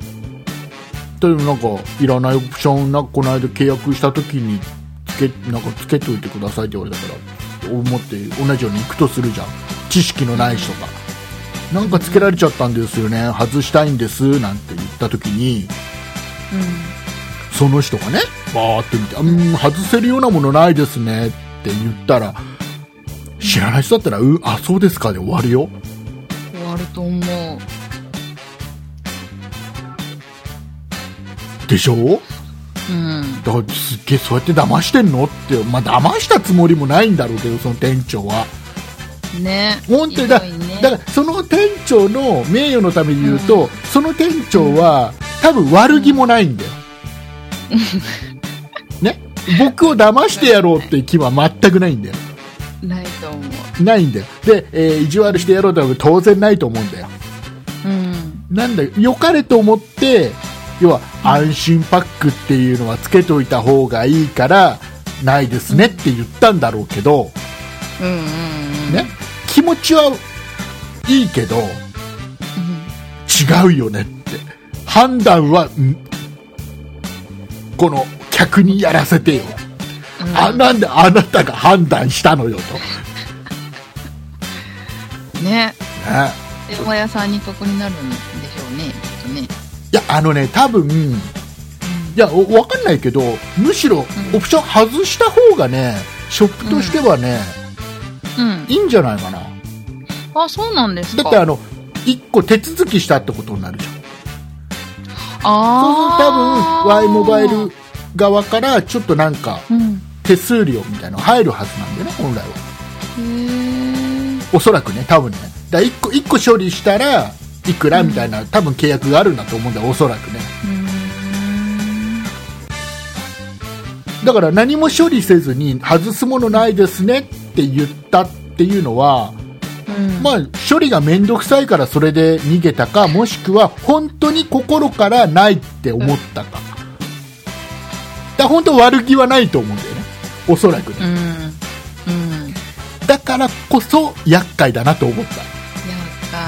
例えばなんかいらないオプションなんかこの間契約した時につけなんかつけといてくださいって言われたから思って同じように行くとするじゃん知識のない人が。なんかつけられちゃったんですよね外したいんですなんて言った時にうんその人がねバーって見て「うん外せるようなものないですね」って言ったら知らない人だったら「うんあそうですか」で終わるよ終わると思うでしょうんだからすっげえそうやって騙してんのって、まあ、騙したつもりもないんだろうけどその店長はね本当にだ,、ひどいねだからその店長の名誉のために言うと、その店長は多分悪気もないん だよ、ね僕を騙してやろうっていう気は全くないんだよないと思うないんだよで、えー意地悪してやろうとは当然ないと思うんだようんなんだよ良かれと思って要は安心パックっていうのはつけといた方がいいからないですねって言ったんだろうけど、うんうんうんね、気持ちはいいけど違うよねって判断はんこの客にやらせてよ、うんあなんであなたが判断したのよと、ねね、でお屋さんに得になるんでしょうねきっとねいやあのね多分いや、おわかんないけど、むしろオプション外した方がね、ショップとしてはね、うん。いいんじゃないかな。あ、そうなんですか。だってあの、一個手続きしたってことになるじゃん。そうすると多あ分、あ。 Y モバイル側からちょっとなんか、うん。手数料みたいなの入るはずなんだよね、本来は。へおそらくね、多分ね。だ1個、一個処理したら、いくらみたいな、多分契約があるんだと思うんだよ、おそらくね。だから何も処理せずに、外すものないですねって言ったっていうのは、え。うん。まあ、処理が面倒くさいからそれで逃げたか、もしくは本当に心からないって思ったか。だから本当悪気はないと思うんだよね。おそらくうね。ん。うん。だからこそ厄介だなと思った。やば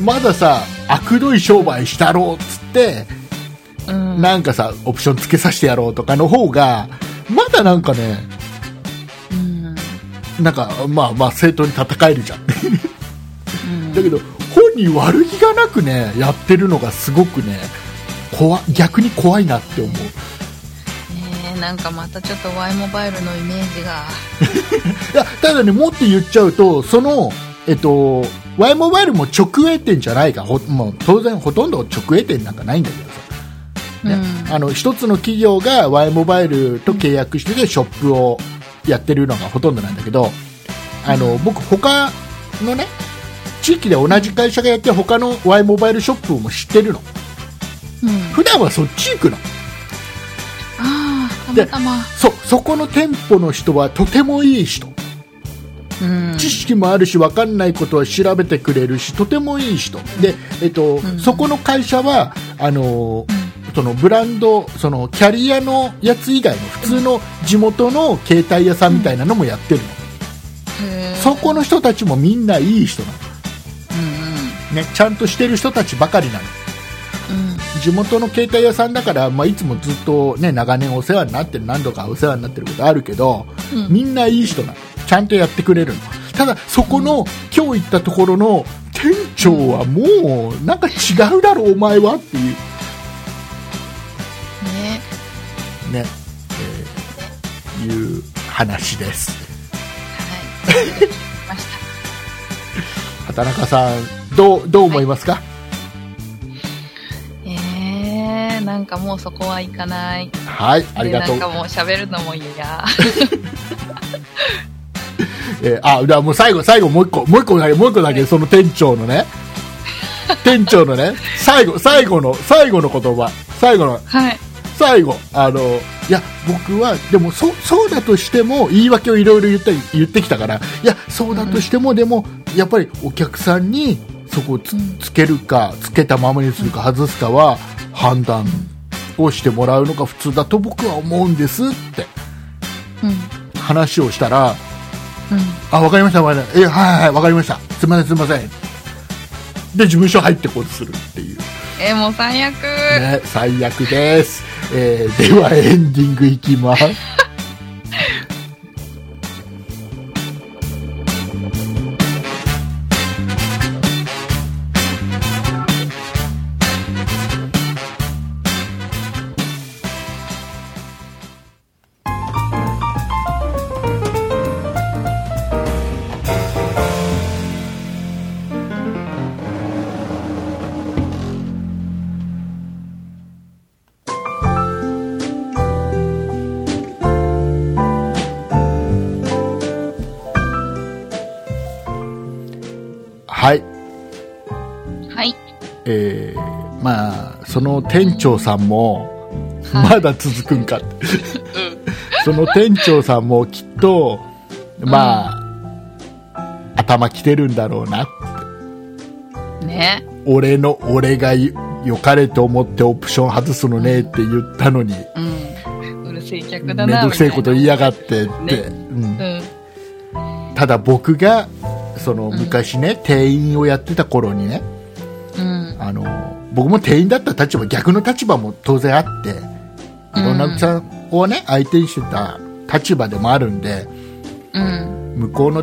い。まださ、悪どい商売したろうっつって、うん。なんかさ、オプションつけさせてやろうとかの方が、まだなんかね、うん。うん。なんか、まあまあ正当に戦えるじゃん。 だけど、本人悪気がなくね、やってるのがすごくね、怖、逆に怖いなって思う。ねえなんかまたちょっと Y モバイルのイメージがいや、ただね、もっと言っちゃうと、その、えっと、Y モバイルも直営店じゃないから、ほもう当然ほとんど直営店なんかないんだけどさ。ねうんあの一つの企業が Y モバイルと契約しててショップをやってるのがほとんどなんだけどあの僕、他のね地域で同じ会社がやってる他の Y モバイルショップも知ってるのうん普段はそっち行くのああたでまたまそそこの店舗の人はとてもいい人うん知識もあるし分かんないことは調べてくれるしとてもいい人で、えっとんそこの会社はあのそのブランドそのキャリアのやつ以外の普通の地元の携帯屋さんみたいなのもやってるの、へえそこの人たちもみんないい人なうの、ね、ちゃんとしてる人たちばかりなのんうんうん地元の携帯屋さんだから、まあ、いつもずっと、ね、長年お世話になってる何度かお世話になってることあるけど、うんみんないい人なのちゃんとやってくれるのただそこの、今日行ったところの店長はもうなんか違うだろお前はっていうねね、えーいう話ですはい聞きまし畑中さんどうどう思いますか、たえーなんかもうそこはいかないはい、ありがとうで。なんかもう喋るのも嫌えーあ、じゃあもう最後、最後、もう一個、もう一個だけ、もう一個だけ、その店長のね、店長のね、最後、最後の、最後の言葉、最後の、はい最後、あの、いや、僕は、でも、そ、そうだとしても、言い訳をいろいろ言った、言ってきたから、いや、そうだとしても、でも、やっぱりお客さんに、そこをつうんつけるか、つけたままにするか、外すかは、判断をしてもらうのが普通だと僕は思うんですってうん話をしたら、うんあ、わかりました、わかりました。え、はいはい、わかりました。すみません、すみません。で、事務所入ってこうとするっていう。えーもう最悪ね、最悪です。えーでは、エンディングいきます。はい。はいえーまあ、その店長さんも、はいまだ続くんかって。うんその店長さんもきっと、まあ、頭きてるんだろうな。ね俺の、俺がよ良かれと思ってオプション外すのねって言ったのに、うんうるせえ客めだんなどくせえこと言いややがってって、ねうんう、んただ僕がそのん昔ね、店員をやってた頃にねうんあの僕も店員だった立場逆の立場も当然あっていろんなお客さんをね相手にしてた立場でもあるんでうん向こうの,、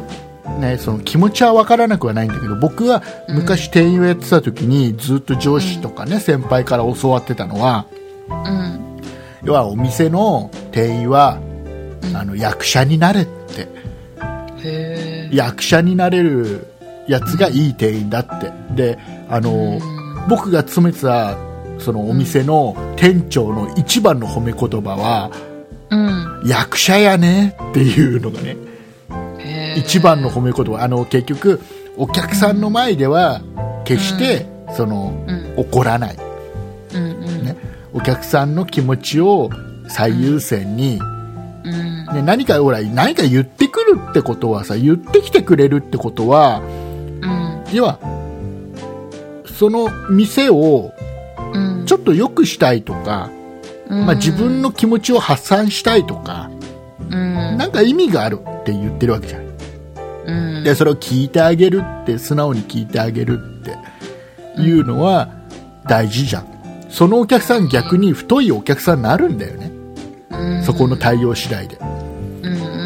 ね、その気持ちは分からなくはないんだけど僕は昔店員をやってた時にずっと上司とかね、先輩から教わってたのは、うん。要はお店の店員はあの役者になれってへえ。役者になれるやつがいい店員だってであのうん僕が勤めてたそのお店の店長の一番の褒め言葉はうん。役者やねっていうのがねへえ。一番の褒め言葉あの結局お客さんの前では決してそのうん。怒らないうん。うん。ねお客さんの気持ちを最優先に、うん。ね、何かほら何か言ってくるってことはさ言ってきてくれるってことはうん。要はその店をうん。ちょっと良くしたいとか、うんまあ、自分の気持ちを発散したいとか、うん。なんか意味があるって言ってるわけじゃないうん。でそれを聞いてあげるって素直に聞いてあげるっていうのは大事じゃんそのお客さん逆に太いお客さんになるんだよねうんそこの対応次第でう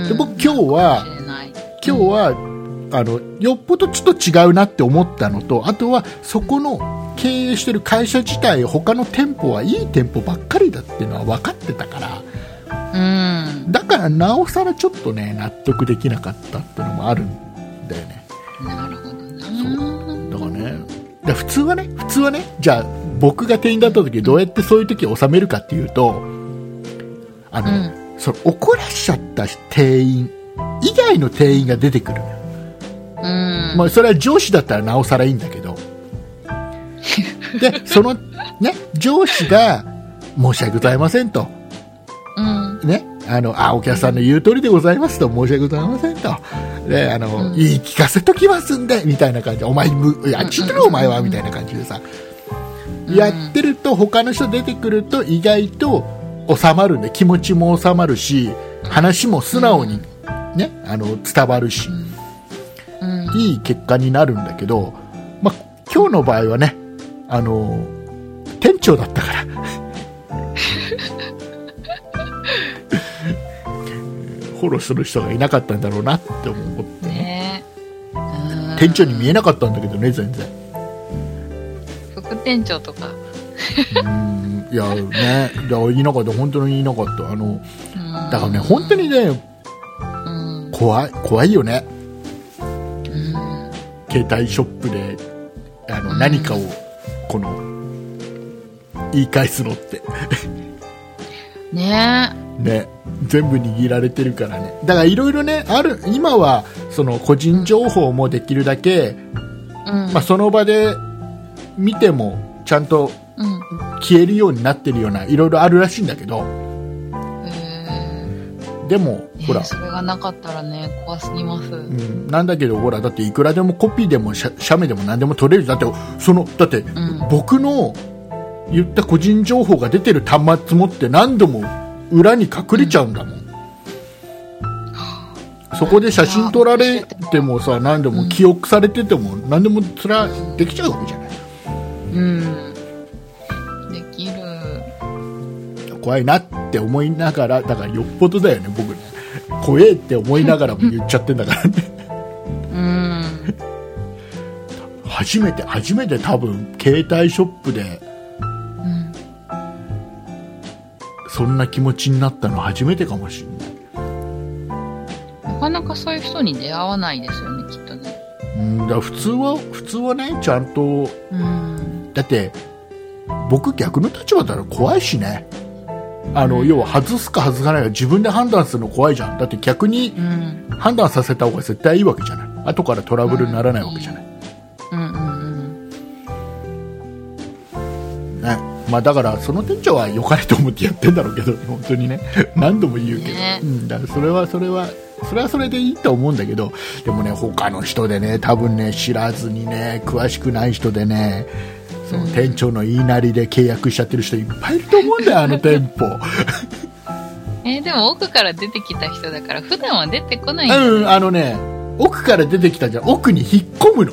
ん。で僕うん今日はかもしれない今日は、あのよっぽどちょっと違うなって思ったのとあとはそこの経営してる会社自体他の店舗はいい店舗ばっかりだっていうのは分かってたからうん。だからなおさらちょっとね納得できなかったっていうのもあるんだよねなるほどな。だからねだから普通はね普通はねじゃあ僕が店員だった時どうやってそういう時収めるかっていうとあの、その怒らしちゃった店員以外の店員が出てくるのようん。まあ、それは上司だったらなおさらいいんだけどでその、ね、上司が申し訳ございませんと、うん。ね、あのあお客さんの言う通りでございますと申し訳ございませんとであうの、ん言い聞かせときますんでみたいな感じでお前むやっちってろお前はうんみたいな感じでさ、やってると他の人出てくると意外と収まるんで気持ちも収まるし話も素直に、ね、あの伝わるし。うん。いい結果になるんだけど、まあ、今日の場合はね、あの、店長だったから。フォローする人がいなかったんだろうなって思って、ねえ。うん店長に見えなかったんだけどね、全然。副店長とか。うん、いや、ね、いや、いなかった、本当にいなかった。あの、だだからね、本当にね、うん。怖い、怖いよね。うん。携帯ショップで、あの、うん何かを、この、言い返すのって。ねえ。ね、全部握られてるからねだからいろいろねある今はその個人情報もできるだけ、うん。まあ、その場で見てもちゃんとうん。消えるようになってるようないろいろあるらしいんだけどえでもー、ほら、それがなかったらね、怖すぎます。うん。うん、なんだけどほらだっていくらでもコピーでも写写メでも何でも取れるだってそのだって、ん僕の言った個人情報が出てる端末もって何度も裏に隠れちゃうんだもん、そこで写真撮られてもさ何でも記憶されてても何でもつらできちゃうわけじゃないできる。怖いなって思いながらだからよっぽどだよね僕ね怖えって思いながらも言っちゃってんだからねうん。初めて初めて多分携帯ショップでうん。そんな気持ちになったの初めてかもしれないなかなかそういう人に出会わないですよね、きっとね。うんだから普通は普通はねちゃんとうん。だって僕逆の立場だら怖いしねあの、うん要は外すか外さないか自分で判断するの怖いじゃんだって逆にうん。判断させた方が絶対いいわけじゃない後からトラブルにならないわけじゃない、うんうんねまあ、だからその店長は良かれと思ってやってんだろうけど 本当にね何度も言うけど、ねうん、だからそれはそれはそれはそれでいいと思うんだけどでもね他の人でね多分ね知らずにね詳しくない人でねそのうん店長の言いなりで契約しちゃってる人いっぱいいると思うんだよ、あの店 舗。うん。えーでも奥から出てきた人だから、普段は出てこないんだうん、あのね、奥から出てきたんじゃん奥に引っ込むの。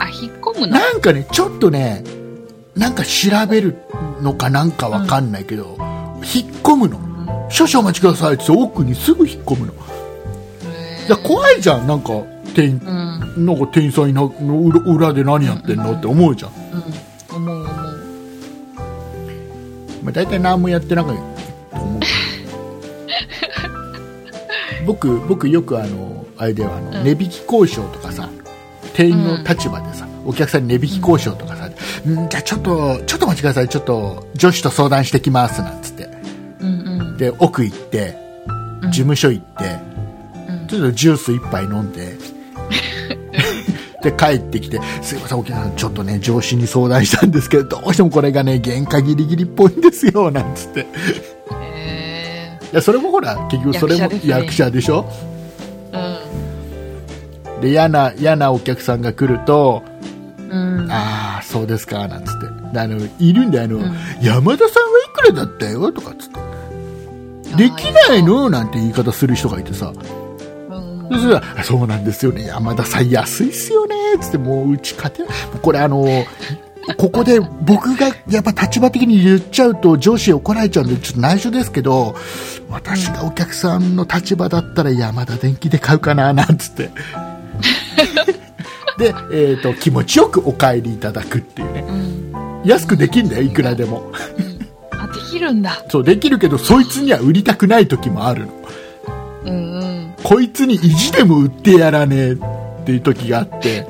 あ、引っ込むのなんかね、ちょっとね、なんか調べるのかなんかわかんないけど、引っ込むの。少々お待ちくださいって言って奥にすぐ引っ込むの。へいや怖いじゃんなんか店員うん。なんか店員さんいなの裏裏で何やってんのって思うじゃん、うん。思う思う。まあ、大体何もやってなかったと思う僕僕よくあのあれだよあの、うん値引き交渉とかさ店員の立場でさ、お客さんに値引き交渉とかさ、ん、じゃあちょっとちょっとお待ちくださいちょっと女子と相談してきますなんつってうんうんで奥行ってうん事務所行って、うんちょっとジュース一杯飲んでで帰ってきて「すいません沖縄さんちょっとね上司に相談したんですけどどうしてもこれがね原価ギリギリっぽいんですよ」なんつっていへやそれもほら結局それも役者ですね役者でしょーで嫌な嫌なお客さんが来るとうんうんああそうですかなんつってであのいるんであの、ん山田さんはいくらだったよとかっつってできないのなんて言い方する人がいてさうんそしたらあそうなんですよね山田さん安いっすよねつってもううち勝てないこれあのここで僕がやっぱ立場的に言っちゃうと上司怒られちゃうんでちょっと内緒ですけど私がお客さんの立場だったら山田電機で買うかななんつってで、えー、と気持ちよくお帰りいただくっていうねうん安くできんだよいくらでもあできるんだそうできるけどそいつには売りたくない時もあるのうんうんこいつに意地でも売ってやらねえっていう時があって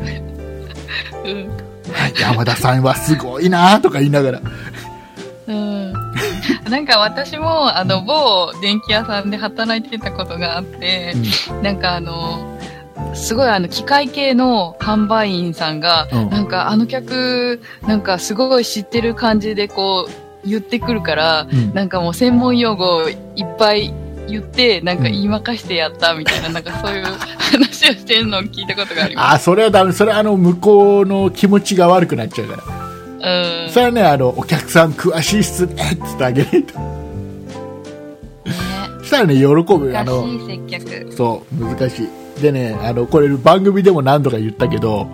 うんはい山田さんはすごいなとか言いながらうん、 なんか私もあの某電気屋さんで働いてたことがあって、なんかあの、すごいあの、機械系の販売員さんが、うんなんかあの客、なんかすごい知ってる感じでこう、言ってくるから、うんなんかもう専門用語をいっぱい言って、なんかうん言いまかしてやったみたいな、なんかそういう話をしてるのを聞いたことがあります。あそれはダメそれはあの向こうの気持ちが悪くなっちゃうからうん。それはねあのお客さん詳しいっすねって言ってあげないとそしたらね喜ぶあ難のしい接客。そう難しいでねあのこれ番組でも何度か言ったけど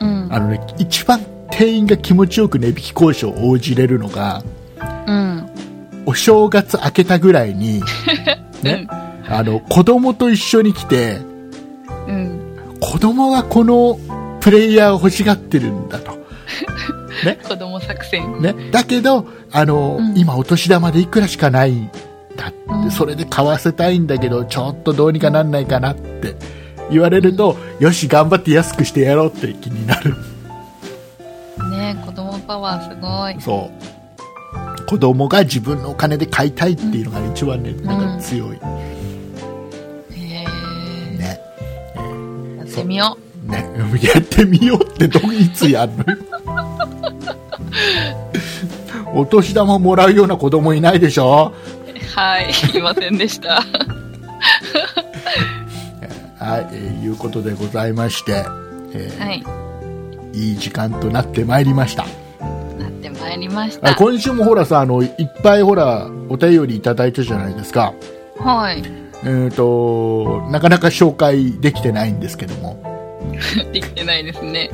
うん。あのね一番店員が気持ちよく値引き交渉を応じれるのがうん。お正月明けたぐらいにね、ねあの子供と一緒に来てうん。子供がこのプレイヤーを欲しがってるんだと、子供作戦。ね、だけどあの、うん今お年玉でいくらしかないんだって、うんそれで買わせたいんだけどちょっとどうにかなんないかなって言われると、よし頑張って安くしてやろうって気になるね子供パワーすごい。そう子供が自分のお金で買いたいっていうのが一番ね、なんか強いへえ。ねやってみよう。ねやってみようってどいつやるの お年玉もらうような子供いないでしょ はい、いませんでした。はい、えーいうことでございまして、えーはい、い、い時間となってまいりました。なってまいりましあた。今週もほらさ、あの、いっぱいほら、お便りいただいたじゃないですか。はい、えーと、なかなか紹介できてないんですけども、できてないですね。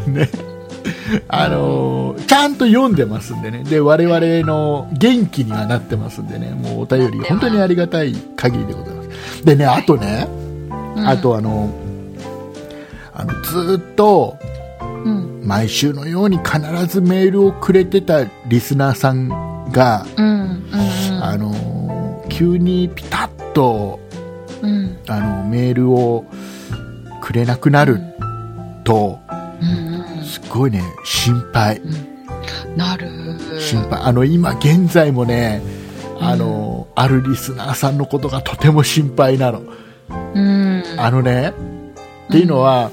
あのーちゃんと読んでますんでね。で、我々の元気にはなってますんでね、もうお便り、本当にありがたい限りでございます。でね、あとね、うんあ、とあの、あの、ずーっと、うん、毎週のように必ずメールをくれてたリスナーさんが、うん、うん、あのー急にピタッとうん、あのメールをくれなくなるとうん、すごいね心配うん、なる。心配あの今現在もねあのーあるリスナーさんのことがとても心配なのうん、あのねっていうのは、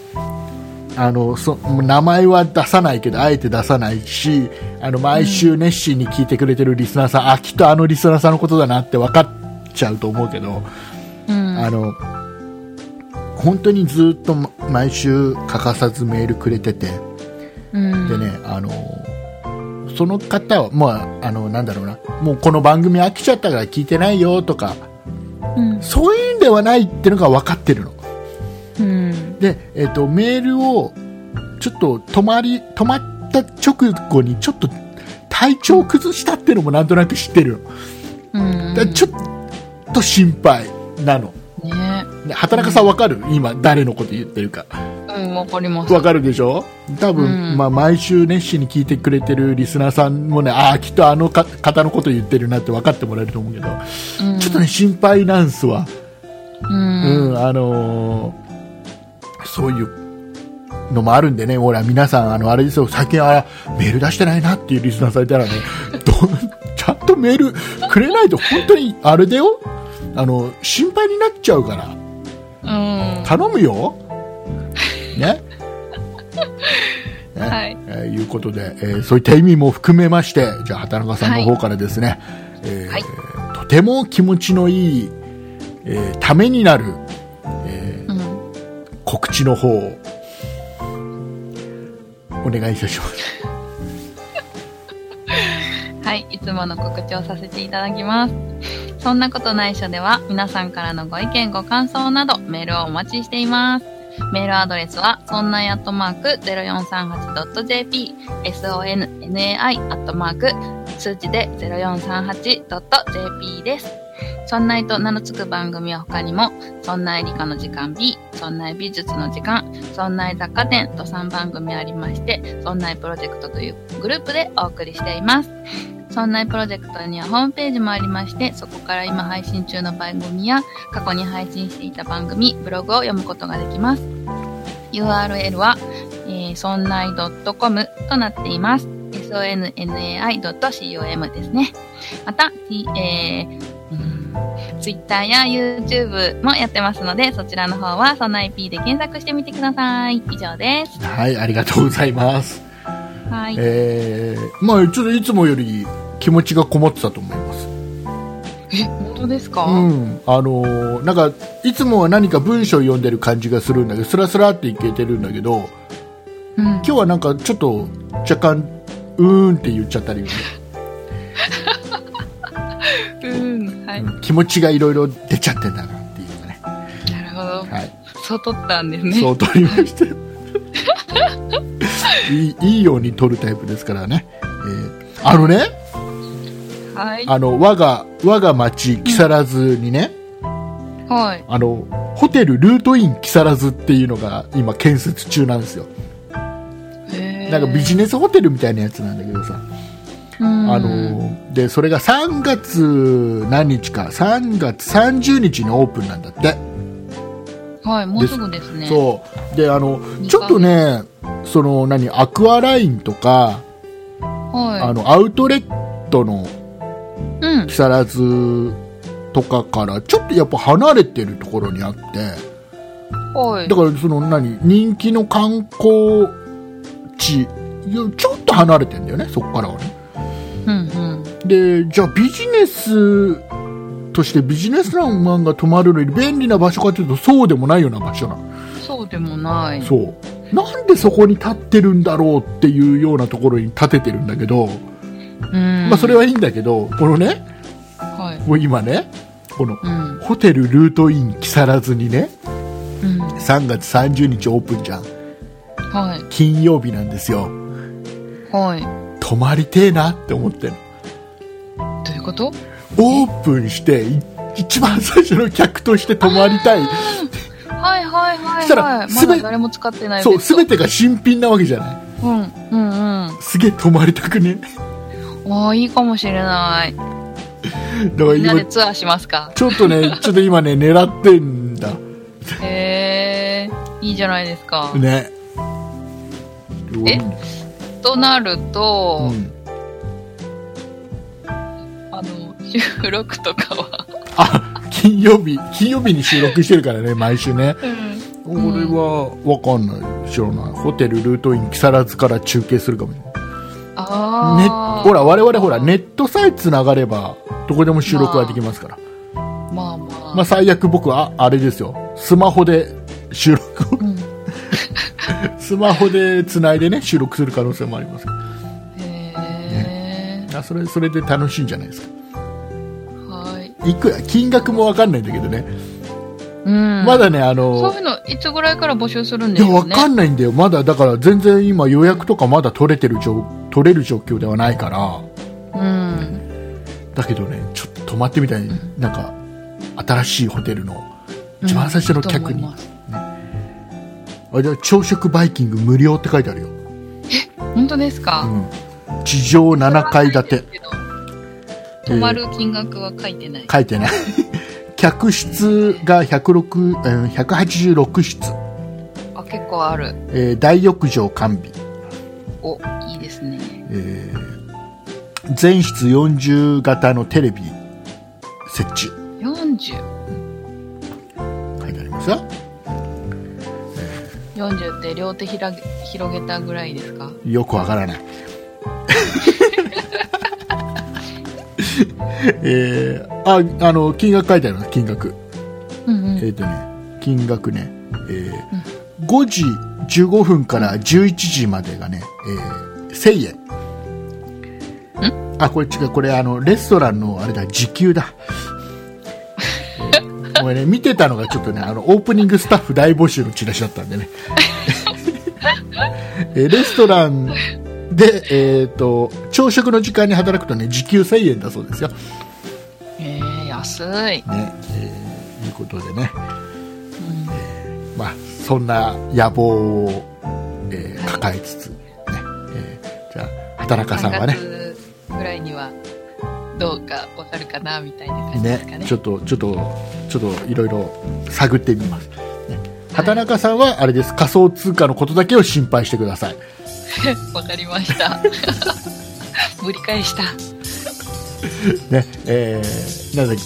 あのそ名前は出さないけどあえて出さないしあの毎週熱心に聞いてくれてるリスナーさん、あきっとあのリスナーさんのことだなって分かっちゃうと思うけど、うん、あの本当にずっとま毎週欠かさずメールくれててうん、でねあのその方は、まあ、あのなんだろうなもうこの番組飽きちゃったから聞いてないよとかうん、そういうんではないっていうのが分かってるの。うん、で、えっとメールをちょっと止まり止まった直後にちょっと体調崩したっていうのもなんとなく知ってるのうん、だからちょっと心配なのね、ね畑中さんわかる今誰のこと言ってるかうん、うん、わかります。わかるでしょ多分、うんまあ、毎週熱心に聞いてくれてるリスナーさんもねああきっとあのか方のこと言ってるなって分かってもらえると思うけどうんちょっとね心配なんすわ、ううんん。あのーそういうのもあるんでねほら皆さんあのあれですよ最近あメール出してないなっていうリスナーさんいたらね どちゃんとメールくれないと本当にあれだよあの心配になっちゃうからうん。頼むよ。ね。ねはいえーいうことで、えーそういった意味も含めまして、じゃあ、畑中さんの方からですね、えーはいとても気持ちのいい、えーためになる、えうんー告知の方を、お願いいたします。はい、いつもの告知をさせていただきます。そんなことないっしょでは、皆さんからのご意見、ご感想など、メールをお待ちしています。メールアドレスは、そんないアットマーク 0438.jp、sonnai アットマーク、数字で 0438.jp です。そんないと名の付く番組は他にも、そんない理科の時間 B、そんない美術の時間、そんない雑貨店と3番組ありまして、そんないプロジェクトというグループでお送りしています。そんないプロジェクトにはホームページもありまして、そこから今配信中の番組や、過去に配信していた番組、ブログを読むことができます。URL は、えー、そんない .com となっています。sonnai.com ですね。また、T- えーうーん Twitter や YouTube もやってますので、そちらの方は、そんな IP で検索してみてください。以上です。はい、ありがとうございます。はい。えーまあ、ちょっといつもより気持ちがこもってたと思います。え、本当ですかうん、あのーなんかいつもは何か文章を読んでる感じがするんだけどスラスラっていけてるんだけどうん今日はなんかちょっと若干うーんって言っちゃったり、うん、はい。なうん気持ちがいろいろ出ちゃってんだなっていうのがね、るほど。はい、そう取ったんですね。そう取りました いいいいように取るタイプですからね、えーあのねはい。あの我が我が町木更津にね、はい。あのホテルルートイン木更津っていうのが今建設中なんですよなんかビジネスホテルみたいなやつなんだけどさ、うん、あのでそれが3月何日か3月30日にオープンなんだって、はい、もうすぐですね。そうであの二ちょっとねその何アクアラインとか、はい。あのアウトレットのうん。木更津とかからちょっとやっぱ離れてるところにあってはい。だからその何人気の観光地ちょっと離れてんだよねそこからはねうんうん。でじゃあビジネスとしてビジネスマンが泊まるのに便利な場所かというとそうでもないような場所なのそうでもない。そうなんでそこに立ってるんだろうっていうようなところに立ててるんだけど、うん。まあ、それはいいんだけどこのねはい。もう今ねこのうん。ホテルルートイン木更津にねうん。 3月30日オープンじゃんはい。金曜日なんですよはい。泊まりてえなって思ってるどういうことオープンしてい一番最初の客として泊まりたいはいはいはい、はい。したらますべだ誰も使ってないそう、ベッすドべてが新品なわけじゃない。うん。うんうん。すげえ泊まりた くね。おー、いいかもしれない。だからみんなで今、ツアーしますか。ちょっとね、ちょっと今ね、狙ってんだ。へえー、いいじゃないですか。ね。えとなるうと、ん。あの、収録とかは。あ、金曜日、金曜日に収録してるからね、毎週ね。うん。俺は、わかんない。知らない。ホテルルートイン木更津から中継するかもね。ね、ああ。ほら、我々ほら、ネットさえ繋がれば、どこでも収録はできますから。まあまあ。まあ、最悪僕は、ああれですよ。スマホで収録 をうん。スマホでつないでね収録する可能性もありますかへらあそれそれで楽しいんじゃないですかーはい。いくら金額もわかんないんだけどね、うん。まだねそあうのいうの、いつぐらいから募集するんいですやか、ね、わかんないんだよまだだから全然今予約とかまだ取れてる状取れる状況ではないからうん。だけどねちょっと泊まってみたいなんか新しいホテルの一番最初の客に、うんと思いますあじゃあ朝食バイキング無料って書いてあるよ、本当ですか、うん、地上7階建て泊まる金額は書いてない、書いてない 客室が106うん186室、あ結構あるえー大浴場完備、おいいですねえー全室40型のテレビ設置4040書いてありますよって両手ひらげ広げたぐらいですかよくわからない、 えーああの金額書いてあります金額うんうえっ、んとね金額ね、えー5時15分から11時までがね、えー1000円あこれ違うこれあのレストランのあれだ時給だえーごめんね見てたのがちょっとねあのオープニングスタッフ大募集のチラシだったんでね えーレストランで、えー、と朝食の時間に働くとね時給1000円だそうですよえー、安いね、えーいうことでね、えーまあ、そんな野望を、えー抱えつつ、ねえーじゃあ畑中さんはね三月ぐらいにはどうかわかるかなみたいな感じですかねねちょっとちょっとちょっといろいろ探ってみます、ね、畑中さんはあれです仮想通貨のことだけを心配してくださいわかりました ぶり返したねえーなんだっけ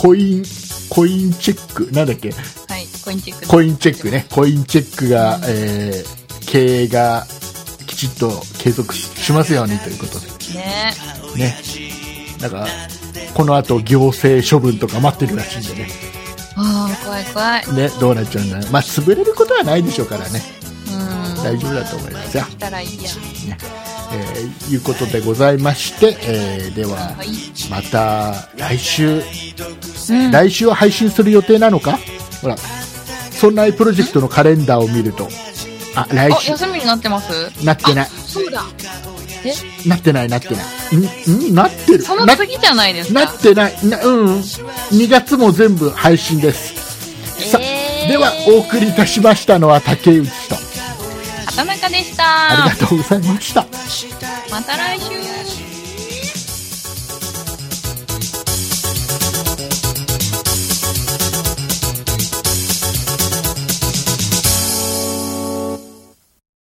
コインコインチェックなんだっけはいコインチェックコインチェックね、コインチェックが、えー経営がきちっと継続しますようにということねで、ね、なんか、この後行政処分とか待ってるらしいんでね、ああ怖い怖いね、どうなっちゃうんだろう。まあ、潰れることはないでしょうからね、うん大丈夫だと思いますよ。来たらいいやね、えーいうことでございまして、えーでは、はいまた来週、うん来週は配信する予定なのかほら、そんなプロジェクトのカレンダーを見ると、あ、来あ週、休みになってますなってない。そうだえなってないなってないんんなってるそのな次じゃないですかなってないなうん2月も全部配信ですさ、えーではお送りいたしましたのは竹内と畑中でしたありがとうございましたまた来週